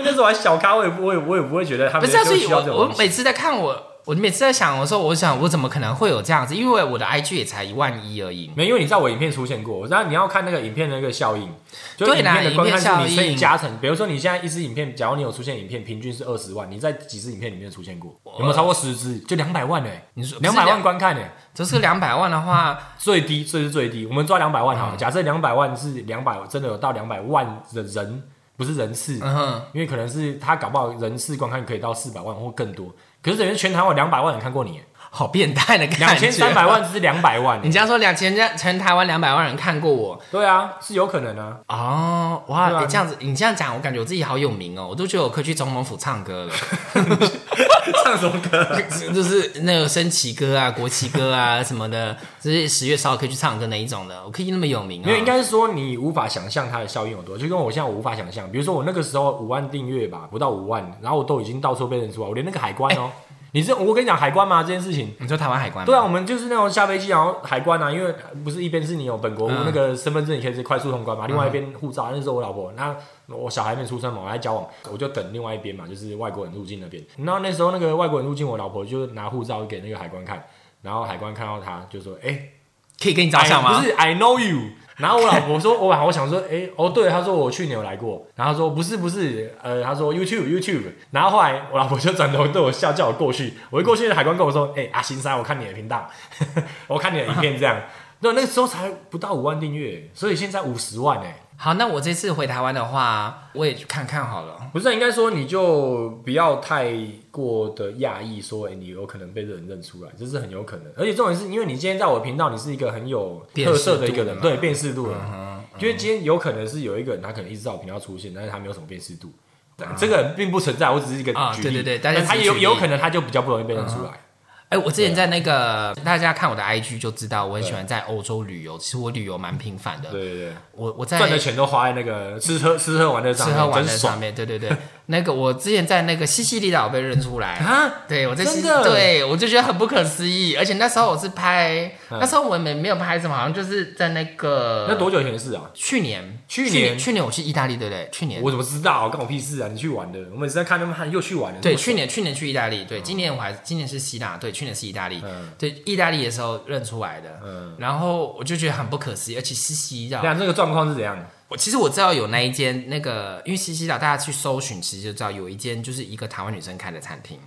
Speaker 3: 那时候还小咖，我也不我也我也不会觉得他
Speaker 4: 哦不
Speaker 3: 们
Speaker 4: 是、啊，所
Speaker 3: 就
Speaker 4: 以
Speaker 3: 需要这种
Speaker 4: 我我
Speaker 3: 东西。
Speaker 4: 每次在看我我每次在想的时候，我想我怎么可能会有这样子？因为我的 IG 也才一万一而已。
Speaker 3: 没，因为你知道我影片出现过，我知道你要看那个影片的那个效应，就是
Speaker 4: 对
Speaker 3: 影
Speaker 4: 啦
Speaker 3: 片的观看
Speaker 4: 影片
Speaker 3: 数
Speaker 4: 效
Speaker 3: 你
Speaker 4: 应
Speaker 3: 乘以加成。比如说你现在一支影片，假如你有出现影片，平均是二十万，你在几支影片里面出现过？有没有超过十支？就两百万呢、欸
Speaker 4: 你说
Speaker 3: 两百万观看呢、欸
Speaker 4: 只是两百万的话，
Speaker 3: 最低这是最低，我们抓两百万好
Speaker 4: 嗯
Speaker 3: 了。假设两百万是两百，真的有到两百万的人，不是人次，
Speaker 4: 嗯哼，
Speaker 3: 因为可能是他搞不好人次观看可以到四百万或更多。可是等于全台湾两百万人看过你、
Speaker 4: 好变态的感觉。
Speaker 3: 两千三百，万是两百万、欸
Speaker 4: 你这样说两千，人家全台湾两百万人看过我
Speaker 3: 对啊，是有可能啊。
Speaker 4: 哦，哇！
Speaker 3: 对啊
Speaker 4: 你这样子，你这样讲，我感觉我自己好有名哦，我都觉得我可以去总统府唱歌了。
Speaker 3: 唱什么
Speaker 4: 啊
Speaker 3: 歌？
Speaker 4: 就是那个升旗歌啊、国旗歌啊什么的，就是十月十号可以去唱歌那一种的，我可以那么有名啊、
Speaker 3: 没有，应该是说你无法想象它的效应有多，就跟我现在我无法想象。比如说我那个时候五万订阅吧，不到五万，然后我都已经到处被认出来，我连那个海关哦、
Speaker 4: 哎
Speaker 3: 你是我跟你讲海关吗？这件事情。
Speaker 4: 你说台湾海关吗
Speaker 3: 对啊，我们就是那种下飞机，然后海关啊，因为不是一边是你有本国
Speaker 4: 嗯
Speaker 3: 那个身份证，你可以直接快速通关嘛，另外一边护照，那时候我老婆，那我小孩没出生嘛，我还在交往，我就等另外一边嘛，就是外国人入境那边。然后那时候那个外国人入境，我老婆就拿护照给那个海关看，然后海关看到他就说：“哎、
Speaker 4: 可以跟你照相
Speaker 3: I-
Speaker 4: 吗？
Speaker 3: 哎不是，I know you。然后我老婆说，我我想说，哎、哦，对，她说我去年有来过。然后她说不是不是，呃，她说 YouTube YouTube。然后后来我老婆就转头对我笑，叫我过去。我一过去，海关跟我说，哎、阿新三，我看你的频道， 我看你的影片这样。那那时候才不到五万订阅，所以现在五十万哎、
Speaker 4: 好，那我这次回台湾的话，我也去看看好了。
Speaker 3: 不是应该说你就不要太过的讶异，说、哎，你有可能被人认出来，这是很有可能。而且重点是因为你今天在我的频道，你是一个很有特色的一个人，
Speaker 4: 辨识度的嘛
Speaker 3: 对
Speaker 4: 嗯
Speaker 3: 辨识度的人。因为今天有可能是有一个人，他可能一直在我频道出现，但是他没有什么辨识度，但这个人并不存在，我只是一个举例。
Speaker 4: 啊对对对大家
Speaker 3: 但他
Speaker 4: 只是
Speaker 3: 有
Speaker 4: 举例
Speaker 3: 有可能他就比较不容易被认出来。
Speaker 4: 哎、我
Speaker 3: 啊
Speaker 4: 之前在那个大家看我的 IG 就知道，我很喜欢在欧洲旅游。其实我旅游蛮频繁的，
Speaker 3: 对对对，
Speaker 4: 我我在
Speaker 3: 赚的钱都花在那个吃喝吃喝玩乐上
Speaker 4: 吃
Speaker 3: 面，
Speaker 4: 喝玩乐
Speaker 3: 真爽
Speaker 4: 上面，对对对。那个我之前在那个西西里岛被认出来
Speaker 3: 啊！
Speaker 4: 对，我在
Speaker 3: 真
Speaker 4: 西
Speaker 3: 的
Speaker 4: 对我就觉得很不可思议，而且那时候我是拍，那时候我们没有拍什么，好像就是在那
Speaker 3: 嗯
Speaker 4: 个
Speaker 3: 那多久以前的事啊？
Speaker 4: 去年，
Speaker 3: 去年
Speaker 4: 年，去年我去意大利，对不对？去年
Speaker 3: 我怎么知道？关我屁事啊！你去玩的，我们只在看他们又去玩了。
Speaker 4: 对，去年去年去意大利，对，今年我还今年是希腊，对，去年是意大利，
Speaker 3: 嗯
Speaker 4: 对，意大利的时候认出来的，
Speaker 3: 嗯
Speaker 4: 然后我就觉得很不可思议，而且西西
Speaker 3: 对啊，
Speaker 4: 岛，
Speaker 3: 这个状况是怎样？
Speaker 4: 我其实我知道有那一间那个，因为西西岛大家去搜寻，其实就知道有一间就是一个台湾女生开的餐厅，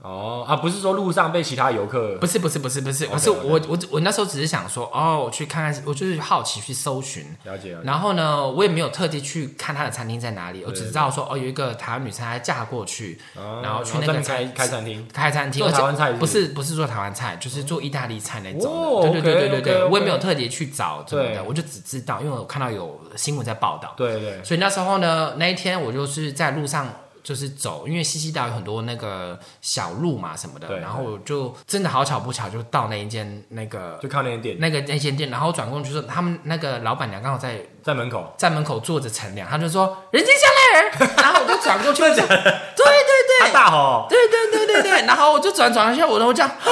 Speaker 3: 哦啊，不是说路上被其他游客
Speaker 4: 不是不是不是不是，不是
Speaker 3: OK，OK
Speaker 4: 我我我那时候只是想说，哦，我去看看，我就是好奇去搜寻，
Speaker 3: 了解啊了解，
Speaker 4: 然后呢，我也没有特地去看她的餐厅在哪里，我只
Speaker 3: 对
Speaker 4: 知道说哦，有一个台湾女生她嫁过去，
Speaker 3: 哦
Speaker 4: 然后去
Speaker 3: 专
Speaker 4: 那个
Speaker 3: 门开
Speaker 4: 餐
Speaker 3: 开餐厅，
Speaker 4: 开餐厅，
Speaker 3: 做
Speaker 4: 而且
Speaker 3: 台湾菜是不
Speaker 4: 不
Speaker 3: 是
Speaker 4: 是不是做台湾菜，就是做意大利菜那种
Speaker 3: 哦
Speaker 4: 的。对对对
Speaker 3: OK，
Speaker 4: 对对对，
Speaker 3: OK，OK
Speaker 4: 我也没有特别去找什么
Speaker 3: 对
Speaker 4: 的，我就只知道，因为我看到有新闻在报道，
Speaker 3: 对对
Speaker 4: 所以那时候呢，那一天我就是在路上。就是走，因为西西岛有很多那个小路嘛什么
Speaker 3: 对
Speaker 4: 的，然后我就真的好巧不巧就到那一间那个
Speaker 3: 就靠那间店
Speaker 4: 那个那间店，然后转过去说他们那个老板娘刚好在
Speaker 3: 在门口，
Speaker 4: 在门口坐着乘凉，他就说人家下来 人，然后我就转过去，对对对，
Speaker 3: 他啊大吼，
Speaker 4: 对对对对 对，然后我就转转了一下，我然后这样， 啊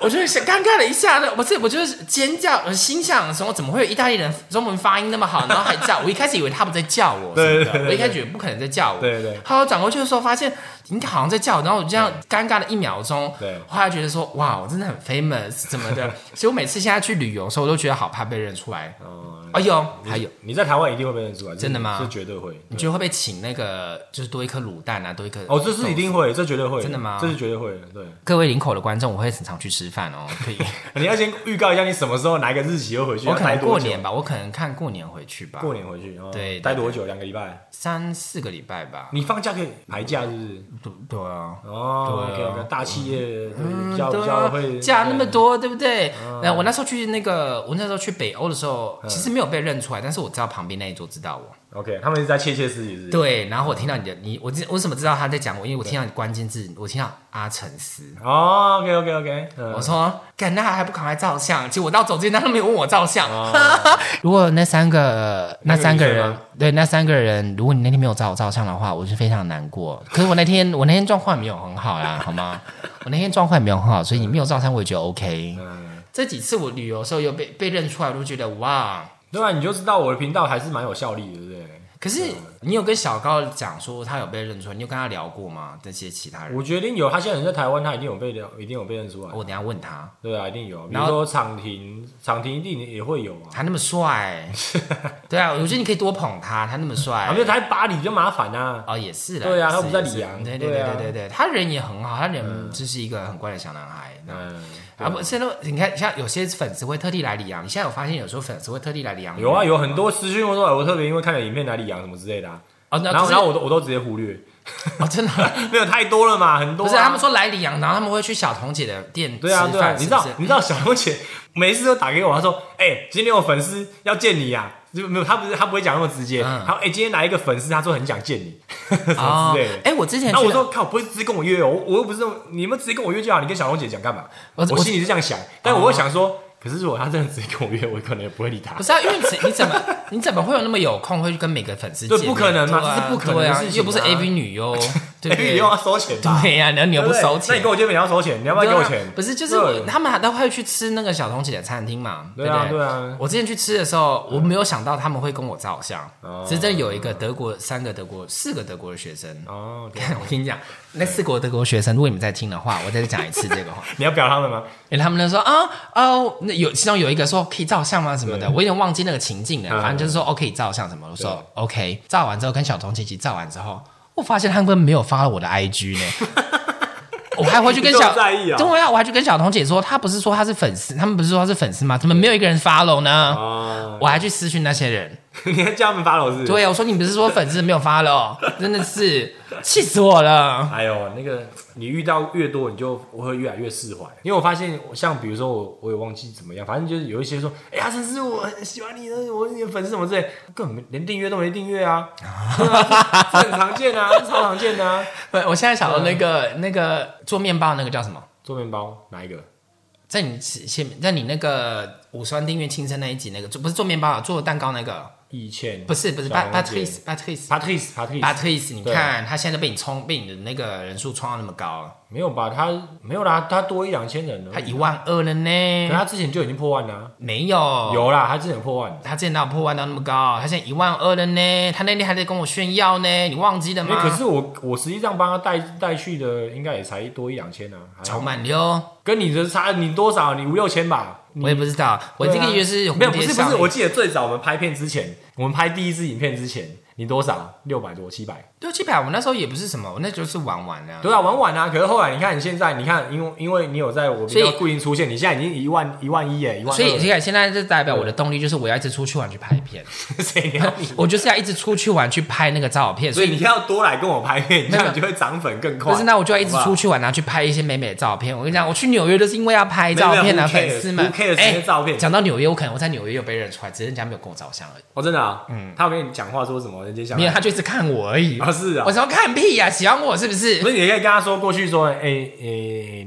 Speaker 4: 我就是想尴尬了一下，呢，不是，我就是尖叫，我心想什么？怎么会有意大利人中文发音那么好，然后还叫？我一开始以为他们在叫我，
Speaker 3: 对
Speaker 4: 对
Speaker 3: 对对对
Speaker 4: 我一开始以为不可能在叫我，
Speaker 3: 对对对
Speaker 4: 后来我转过去的时候，发现你好像在叫我，然后我这样尴尬了一秒钟，
Speaker 3: 对
Speaker 4: 后来觉得说哇，我真的很 famous 怎么的， 所以我每次现在去旅游的时候，我都觉得好怕被认出来。
Speaker 3: 哦，
Speaker 4: 哎呦，还有。
Speaker 3: 你在台湾一定会被认出来，这
Speaker 4: 真的吗
Speaker 3: 这绝对会。
Speaker 4: 你觉得会被请那个，就是多一颗卤蛋啊，多一颗
Speaker 3: 哦，这是一定会，这绝对会，
Speaker 4: 真的吗
Speaker 3: 这是绝对会的，对。
Speaker 4: 各位林口的观众，我会很常去吃饭哦， 可以。
Speaker 3: 你要先预告一下你什么时候哪一个日期又回去，
Speaker 4: 我可
Speaker 3: 要待
Speaker 4: 能
Speaker 3: 多
Speaker 4: 过
Speaker 3: 久
Speaker 4: 年，吧，我可能看过年回去吧，
Speaker 3: 过年回去，哦
Speaker 4: 对对
Speaker 3: 待多久？两个礼拜。
Speaker 4: 三四个礼拜吧。
Speaker 3: 你放假可以排假，是不是？
Speaker 4: 对对啊，
Speaker 3: 哦
Speaker 4: 对啊
Speaker 3: ，OK，OK，大企业对比较比
Speaker 4: 对
Speaker 3: 较
Speaker 4: 啊
Speaker 3: 会，嗯
Speaker 4: 假那么多，对不对？那我那时候去那个，我那时候去北欧的时候，其实没有被认出来，但是我知道旁边那一桌知道我。
Speaker 3: ，OK，他们一直在窃窃私语，是不是？
Speaker 4: 对，然后
Speaker 3: 嗯
Speaker 4: 我听到你的，你我知我怎么知道他在讲我？因为我听到你关键字，我听到阿成斯。
Speaker 3: 哦，OK，OK，OK，嗯
Speaker 4: 我说，干，那还不赶快照相？结果我到走之前，他都没有问我照相。 如果那三个那三个
Speaker 3: 哦那个女生
Speaker 4: 人
Speaker 3: 吗，
Speaker 4: 对那三个人，如果你那天没有找我照相的话，我是非常难过。可是我那天我那天状况也没有很好啦，好吗？我那天状况也没有很好，所以你没有照相我也觉得 OK。
Speaker 3: 嗯。
Speaker 4: 这几次我旅游的时候有被被认出来，我都觉得哇。
Speaker 3: 对啊，你就知道我的频道还是蛮有效力的，对不对？
Speaker 4: 可是你有跟小高讲说他有被认出来，你有跟他聊过吗？这些其他人，
Speaker 3: 我决定有，他现在人在台湾，他一定有被聊，一定有被认出来。
Speaker 4: 我等一下问他，
Speaker 3: 对啊，一定有。比
Speaker 4: 然
Speaker 3: 如
Speaker 4: 后
Speaker 3: 说场庭，场庭一定也会有啊。
Speaker 4: 他那 么帅，对啊，我觉得你可以多捧他，他那么帅
Speaker 3: 啊，没，有他在巴黎就麻烦啊。
Speaker 4: 哦，也是的，
Speaker 3: 对啊
Speaker 4: 也是
Speaker 3: 他不在
Speaker 4: 也是
Speaker 3: 里昂
Speaker 4: 对对
Speaker 3: 对
Speaker 4: 对
Speaker 3: 啊
Speaker 4: 对对对，他人也很好，他人就是一个很乖的小男孩，那
Speaker 3: 嗯，对
Speaker 4: 啊不，现在你看，像有些粉丝会特地来里昂，你现在有发现有时候粉丝会特地来里昂吗？
Speaker 3: 有啊，有很多私讯我说，哎我特别因为看了影片哪里痒什么之类的啊。
Speaker 4: 哦，那
Speaker 3: 然后，
Speaker 4: 可是
Speaker 3: 然后我啊都我都直接忽略，
Speaker 4: 哦 真的
Speaker 3: 没有太多了嘛，很多
Speaker 4: 不
Speaker 3: 啊。
Speaker 4: 是他们说来里昂，然后他们会去小彤姐的店
Speaker 3: 对啊，
Speaker 4: 吃
Speaker 3: 对啊，
Speaker 4: 饭
Speaker 3: 你知道
Speaker 4: 是不是
Speaker 3: 你知道小红姐 每次都打给我，她说：“哎、今天有粉丝要见你呀、啊。”就没有，她不是她不会讲那么直接。
Speaker 4: 嗯
Speaker 3: 她说：“哎、今天来一个粉丝，她说很想见你，什么
Speaker 4: 哦
Speaker 3: 之类的。
Speaker 4: 哎，我之前
Speaker 3: 然后
Speaker 4: 去
Speaker 3: 我说：“靠，不会直接跟我约哦，我我又不是那种你们直接跟我约就好，你跟小红姐讲干嘛？”
Speaker 4: 我
Speaker 3: 我
Speaker 4: 我哦
Speaker 3: 心里是这样想，但我会想说，可是如果她真的直接跟我约，我可能也不会理她
Speaker 4: 不。是啊，因为你你怎么你怎么会有那么有空会去跟每个粉丝
Speaker 3: 对
Speaker 4: 见
Speaker 3: 不
Speaker 4: 面
Speaker 3: 可能嘛
Speaker 4: 对啊
Speaker 3: 这是不可能
Speaker 4: 对啊
Speaker 3: 的事情啊
Speaker 4: 又不是 AV 女优，对
Speaker 3: 哎，
Speaker 4: 不
Speaker 3: 你
Speaker 4: 对
Speaker 3: 又要收钱吧？
Speaker 4: 对呀，啊然后你又
Speaker 3: 对
Speaker 4: 不
Speaker 3: 对
Speaker 4: 收
Speaker 3: 那你
Speaker 4: 钱
Speaker 3: 跟。我见面也要收钱，你要不要给我
Speaker 4: 对啊
Speaker 3: 钱？
Speaker 4: 不是，就是
Speaker 3: 对
Speaker 4: 我他们还都会去吃那个小彤姐的餐厅嘛，
Speaker 3: 对
Speaker 4: 不
Speaker 3: 啊
Speaker 4: 对？
Speaker 3: 对啊
Speaker 4: 我之前去吃的时候，我没有想到他们会跟我照相
Speaker 3: 哦，
Speaker 4: 只是真的有一个德国三个德国四个德国的学生。
Speaker 3: 哦，对
Speaker 4: 我跟你讲，那四个德国学生，如果你们在听的话，我再讲一次这个话。
Speaker 3: 你要表他们吗？
Speaker 4: 因为他们就说啊哦，那有其中有一个说可以照相吗什么的，
Speaker 3: 对
Speaker 4: 我有点忘记那个情境了，
Speaker 3: 嗯
Speaker 4: 反正就是说哦可以照相什么，我说 OK，照完之后跟小童姐一起照完之后，我发现他们没有发我的 IG 呢。我还回去跟
Speaker 3: 你这
Speaker 4: 小
Speaker 3: 么在意啊
Speaker 4: 对啊，我还去跟小童姐说，她不是说她是粉丝，他们不是说她是粉丝吗？怎么没有一个人 follow 呢？
Speaker 3: 啊，
Speaker 4: 我还去私讯那些人，
Speaker 3: 你还叫他们发老师？
Speaker 4: 对，啊我说你不是说粉丝没有 follow，真的是气死我了。
Speaker 3: 哎呦，那个你遇到越多，你就会越来越释怀。因为我发现，像比如说我，我也忘记怎么样，反正就是有一些说，哎呀，陈思，我很喜欢你，我是你的粉丝什么之类，根本没连订阅都没订阅啊， 对啊这这很常见啊，这超常见的啊。
Speaker 4: 不我现在想到那个
Speaker 3: 嗯
Speaker 4: 那个做面包那个叫什么？
Speaker 3: 做面包哪一个？
Speaker 4: 在你前前面，在你那个五十万订阅庆生那一集，那个做不是做面包啊，做蛋糕那个，
Speaker 3: 易倩
Speaker 4: 不是不是
Speaker 3: 小
Speaker 4: 巴
Speaker 3: 红
Speaker 4: 巴特
Speaker 3: 姐
Speaker 4: 里斯巴特里斯
Speaker 3: Patrice Patrice
Speaker 4: 巴特里斯，你
Speaker 3: 对
Speaker 4: 看他现在都被你冲，被你的那个人数冲到那么高，
Speaker 3: 没有吧？他没有啦，他多一两千人了。
Speaker 4: 他一万二
Speaker 3: 可
Speaker 4: 了
Speaker 3: 他
Speaker 4: 呢，
Speaker 3: 之前就已经破万了
Speaker 4: 没
Speaker 3: 啊，
Speaker 4: 有。
Speaker 3: 有啦，他之前有破万。
Speaker 4: 他之前哪有破万到那么高？他现在一万二了呢，他那天还在跟我炫耀呢，你忘记了
Speaker 3: 哎
Speaker 4: 吗？
Speaker 3: 可是我我实际上帮他带带去的，应该也才多一两千啊，还好
Speaker 4: 超满溜，
Speaker 3: 跟你的差你多少？你五六千吧？
Speaker 4: 我也不知道，我这个
Speaker 3: 对啊
Speaker 4: 月是
Speaker 3: 没有
Speaker 4: 蝴
Speaker 3: 不
Speaker 4: 蝶
Speaker 3: 是不
Speaker 4: 效
Speaker 3: 是，
Speaker 4: 应
Speaker 3: 我记得最早我们拍片之前，我们拍第一支影片之前，你多少？六百多七百？
Speaker 4: 六七百，啊我那时候也不是什么，我那就是玩玩啊。
Speaker 3: 对啊，玩晚啊。可是后来你看，你现在你看，因为因为你有在我比
Speaker 4: 所以
Speaker 3: 较固定出现，你现在已经一万一万一耶，一万
Speaker 4: 所以你
Speaker 3: 二，
Speaker 4: 看，现在这代表我的动力就是我要一直出去玩去拍片。
Speaker 3: 谁鸟你？
Speaker 4: 我就是要一直出去玩去拍那个照片，
Speaker 3: 所
Speaker 4: 所
Speaker 3: 以
Speaker 4: 以
Speaker 3: 你要多来跟我拍片，这
Speaker 4: 没有
Speaker 3: 样你就会涨粉更快。
Speaker 4: 不是那我就要一直
Speaker 3: 好不好
Speaker 4: 出去玩，然后去拍一些美美的照片。我跟你讲，我去纽约就是因为要拍照片啊，
Speaker 3: 没有没有
Speaker 4: 粉丝们哎
Speaker 3: who cares，who cares 这些照片
Speaker 4: 讲到纽约，我可能我在纽约有被认出来，只是人家没有跟我照相而已，
Speaker 3: 哦，真的啊，嗯，他有跟你讲话说什么？人家想
Speaker 4: 没有，他就一直看我而已。
Speaker 3: 啊是啊
Speaker 4: 我想要看屁呀、喜欢我是不是
Speaker 3: 不？是，你也可以跟他说过去说，哎、哎、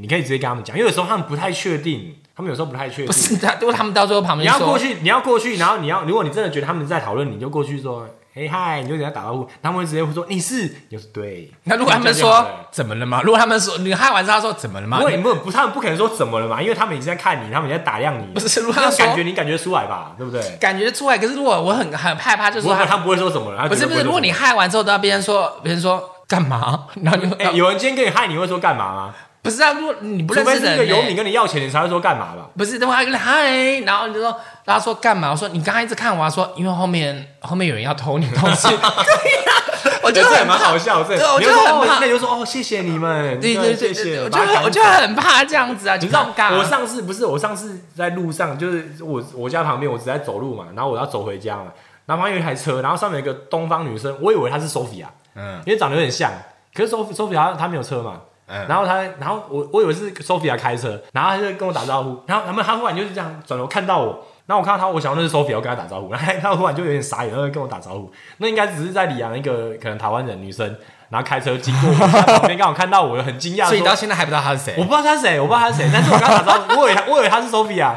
Speaker 3: 你可以直接跟他们讲，因为有时候他们不太确定，他们有时候不太确
Speaker 4: 不
Speaker 3: 定。
Speaker 4: 是他，都他们到最后旁
Speaker 3: 你
Speaker 4: 边
Speaker 3: 要
Speaker 4: 说
Speaker 3: 过，去，你要过去，然后你要，如果你真的觉得他们在讨论，你就过去说，哎、嗨，你就给他打招呼，他们会直接会说你是，你就是对。
Speaker 4: 那如果他们
Speaker 3: 这样就好
Speaker 4: 说
Speaker 3: 了
Speaker 4: 怎么了吗？如果他们说你嗨完之后他说怎么了吗
Speaker 3: 不？会，不不，他们不可能说怎么了嘛，因为他们已经在看你，他们已经在打量你，
Speaker 4: 不是如果
Speaker 3: 那
Speaker 4: 他
Speaker 3: 种
Speaker 4: 说
Speaker 3: 感觉你感觉出来吧，对不对？
Speaker 4: 感觉出来，可是如果我很很害怕，就
Speaker 3: 不
Speaker 4: 说
Speaker 3: 会，
Speaker 4: 他
Speaker 3: 他不会说什么了，他
Speaker 4: 不
Speaker 3: 绝
Speaker 4: 是
Speaker 3: 对
Speaker 4: 不
Speaker 3: 会
Speaker 4: 是，
Speaker 3: 说
Speaker 4: 如果你
Speaker 3: 什么
Speaker 4: 嗨完之后都要别人说别人说干嘛，然后就、
Speaker 3: 哎、有人今天跟你嗨，你会说干嘛吗？
Speaker 4: 不是啊，如果你不
Speaker 3: 除
Speaker 4: 认
Speaker 3: 非
Speaker 4: 识
Speaker 3: 是
Speaker 4: 的
Speaker 3: 一个
Speaker 4: 人、
Speaker 3: 游
Speaker 4: 欸
Speaker 3: 民。跟你要钱，你才会说干嘛吧？
Speaker 4: 不是，等我还跟他嗨，然后你就说，他说干嘛？我说你刚刚一直看我、啊，说因为后面后面有人要偷你东 西，对呀、我
Speaker 3: 这
Speaker 4: 就
Speaker 3: 这也
Speaker 4: 很
Speaker 3: 蛮
Speaker 4: 怕，
Speaker 3: 好笑，这
Speaker 4: 对我
Speaker 3: 你
Speaker 4: 觉得
Speaker 3: 就说
Speaker 4: 很
Speaker 3: 哦
Speaker 4: 怕
Speaker 3: 那你就说哦，谢谢你们，
Speaker 4: 对对对
Speaker 3: 谢谢，
Speaker 4: 我就
Speaker 3: 把它赶
Speaker 4: 很我就
Speaker 3: 走
Speaker 4: 很怕这样子啊，
Speaker 3: 你
Speaker 4: 你
Speaker 3: 知道
Speaker 4: 尴尬。
Speaker 3: 我上次不是我上次在路上，就是我我家旁边，我只在走路嘛，然后我要走回家嘛，然后旁边有一台车，然后上面有一个东方女生，我以为她是 Sophia，
Speaker 4: 嗯
Speaker 3: 因为长得有点像，可是 Sophia Sophia 她她没有车嘛，
Speaker 4: 嗯
Speaker 3: 然后她然后我我以为是 Sophia 开车，然后她就跟我打招呼，然后他们她忽然就是这样转头看到我。然后我看到她，我想那是 Sophia，我跟她打招呼，然 后她忽然就有点傻眼，然后跟我打招呼。那应该只是在里昂一个可能台湾人女生，然后开车经过我，旁边刚好看到我，很惊讶，
Speaker 4: 所以
Speaker 3: 说
Speaker 4: 你到现在还不知道他是
Speaker 3: 我
Speaker 4: 谁，
Speaker 3: 不知道他是谁，我不知道他是谁，但是我刚打招呼，我以为他我以为他是 Sophia。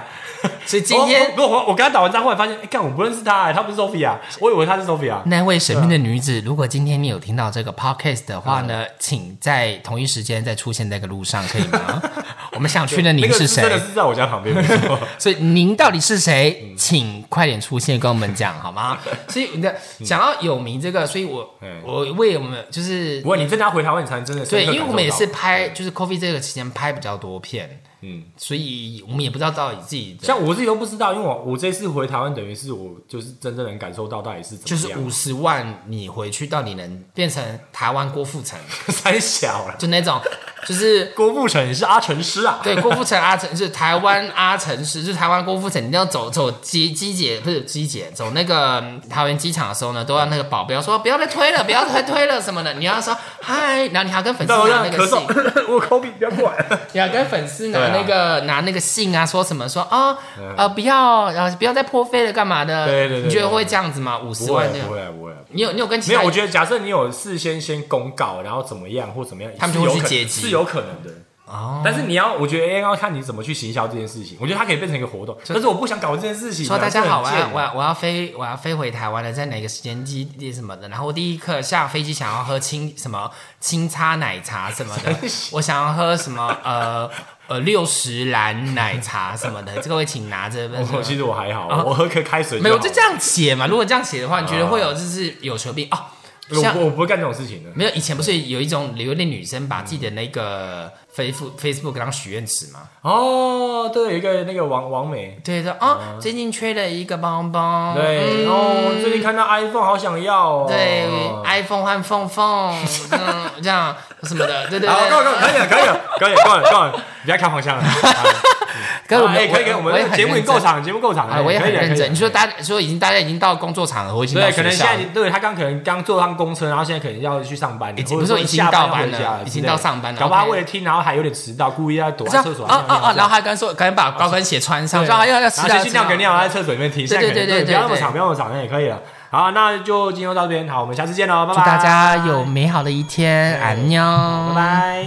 Speaker 4: 所以今天
Speaker 3: 我我我我跟他打完招呼，发现，哎、干我不认识他、哎他不是 Sophia，我以为他是 Sophia。
Speaker 4: 那位神秘的女子，如果今天你有 听到这个 podcast 的话呢，请在同一时间再出现在这个路上，可以吗？我们想去的
Speaker 3: 那
Speaker 4: 您
Speaker 3: 个
Speaker 4: 是
Speaker 3: 真的
Speaker 4: 谁？
Speaker 3: 是在我家旁边，没错。
Speaker 4: 所以您到底是谁？请快点出现跟我们讲 好吗？所以你的讲到有名这个，所以我
Speaker 3: 嗯
Speaker 4: 我为我们就是
Speaker 3: 不过你真的要回台湾，你才能真的深
Speaker 4: 对，
Speaker 3: 刻
Speaker 4: 因为
Speaker 3: 感
Speaker 4: 我们也
Speaker 3: 受到
Speaker 4: 是拍就是 coffee 这个期间拍比较多片，
Speaker 3: 嗯，
Speaker 4: 所以我们也不知道到底自己的
Speaker 3: 像我自己都不知道，因为我我这次回台湾，等于是我就是真正能感受到到底是怎
Speaker 4: 就
Speaker 3: 么
Speaker 4: 是
Speaker 3: 样，
Speaker 4: 五十万，你回去到底能变成台湾郭富城，
Speaker 3: 三小了。
Speaker 4: 就那种就是
Speaker 3: 郭富城也是阿成师啊，
Speaker 4: 对， 郭富城、阿成是台湾阿成师，就是台湾郭富城。你一定要走走机机姐，不是机姐，走那个嗯桃园机场的时候呢，都要那个保镖说不要再推了，不要再推了什么的。你要说嗨，然后你还要跟粉丝
Speaker 3: 让我
Speaker 4: 拿
Speaker 3: 让
Speaker 4: 那
Speaker 3: 咳
Speaker 4: 个信，
Speaker 3: 嗽， 我口鼻不要过 来。
Speaker 4: 你要跟粉丝拿
Speaker 3: 对啊
Speaker 4: 那个、拿那个信啊，说什么说啊呃不要呃不要再破费了干嘛的？
Speaker 3: 对对对
Speaker 4: 你觉得
Speaker 3: 对
Speaker 4: 会这样子吗？五
Speaker 3: 不
Speaker 4: 十
Speaker 3: 会
Speaker 4: 万这样
Speaker 3: 不？会不会，
Speaker 4: 你有你有跟其
Speaker 3: 没
Speaker 4: 他
Speaker 3: 有，我觉得假设你有事先先公告，然后怎么样或怎么样，
Speaker 4: 他们
Speaker 3: 是
Speaker 4: 就会
Speaker 3: 有
Speaker 4: 去
Speaker 3: 可
Speaker 4: 接机
Speaker 3: 是有可能的。
Speaker 4: 哦，
Speaker 3: 但是你要，我觉得要看你怎么去行销这件事情。我觉得它可以变成一个活动，可是我不想搞这件事情啊。
Speaker 4: 说大家好，我
Speaker 3: 这很
Speaker 4: 要
Speaker 3: 贱
Speaker 4: 我要我要飞我要飞回台湾了，在哪个时间基地什么的。然后我第一刻下飞机想要喝清什么清茶奶茶什么的，我想要喝什么呃呃六十兰奶茶什么的。各位请拿着。
Speaker 3: 我哦其实我还好，
Speaker 4: 啊
Speaker 3: 我喝个开水
Speaker 4: 没有
Speaker 3: 好啊
Speaker 4: 就这样写嘛？如果这样写的话，你觉得会有就是有求必哦？
Speaker 3: 我
Speaker 4: 像
Speaker 3: 不我不会干这种事情的。
Speaker 4: 没有以前不是有一种有一类女生把自己的那个 Facebook Facebook 当许愿池吗？
Speaker 3: 哦，对，有一个那个王王美，
Speaker 4: 对的哦，最近缺了一个包
Speaker 3: 嗯
Speaker 4: 包，
Speaker 3: 对，
Speaker 4: 嗯
Speaker 3: 哦，最近看到 iPhone 好想要哦。
Speaker 4: 对、i p h o n e 换凤凤，嗯，这样什 么的，对对
Speaker 3: 好，够
Speaker 4: 对。
Speaker 3: 够，可以了，可以了，可以了，够了，够了，不要开黄 腔了。
Speaker 4: 可
Speaker 3: 啊哎可以，可以，我
Speaker 4: 我也
Speaker 3: 们
Speaker 4: 很
Speaker 3: 节目已经
Speaker 4: 认真
Speaker 3: 够。长，节目够长
Speaker 4: 哎，
Speaker 3: 了，
Speaker 4: 我也
Speaker 3: 可
Speaker 4: 很
Speaker 3: 以了
Speaker 4: 认真。你。
Speaker 3: 可以了
Speaker 4: 说大，说已经大家已经到工作场了，我已经到
Speaker 3: 对，可
Speaker 4: 学
Speaker 3: 能
Speaker 4: 校
Speaker 3: 现
Speaker 4: 了，
Speaker 3: 在对他刚可能刚坐上公车，然后现在可能要去上班了，
Speaker 4: 已经
Speaker 3: 或者
Speaker 4: 不是已经
Speaker 3: 下
Speaker 4: 到
Speaker 3: 要
Speaker 4: 班
Speaker 3: 回
Speaker 4: 了
Speaker 3: 家
Speaker 4: 已
Speaker 3: 之
Speaker 4: 经
Speaker 3: 类
Speaker 4: 到
Speaker 3: 的
Speaker 4: 上班了
Speaker 3: 搞不好他
Speaker 4: OK
Speaker 3: 为了听，然后还有点迟到，故意要躲
Speaker 4: 这
Speaker 3: 在
Speaker 4: 样
Speaker 3: 厕所
Speaker 4: 啊啊啊！然后
Speaker 3: 还
Speaker 4: 还刚说赶紧把高跟鞋穿上，说啊要要吃
Speaker 3: 然后
Speaker 4: 啊
Speaker 3: 先去尿个。尿，在厕所里面听，现在可能
Speaker 4: 对对对对
Speaker 3: 不要那么
Speaker 4: 对
Speaker 3: 长，不要那么长，那也可以了。好，那就哦今天就到这边，好，我们下次见喽，拜
Speaker 4: 祝
Speaker 3: 拜，
Speaker 4: 大家有美好的一天，安妞，
Speaker 3: 拜拜。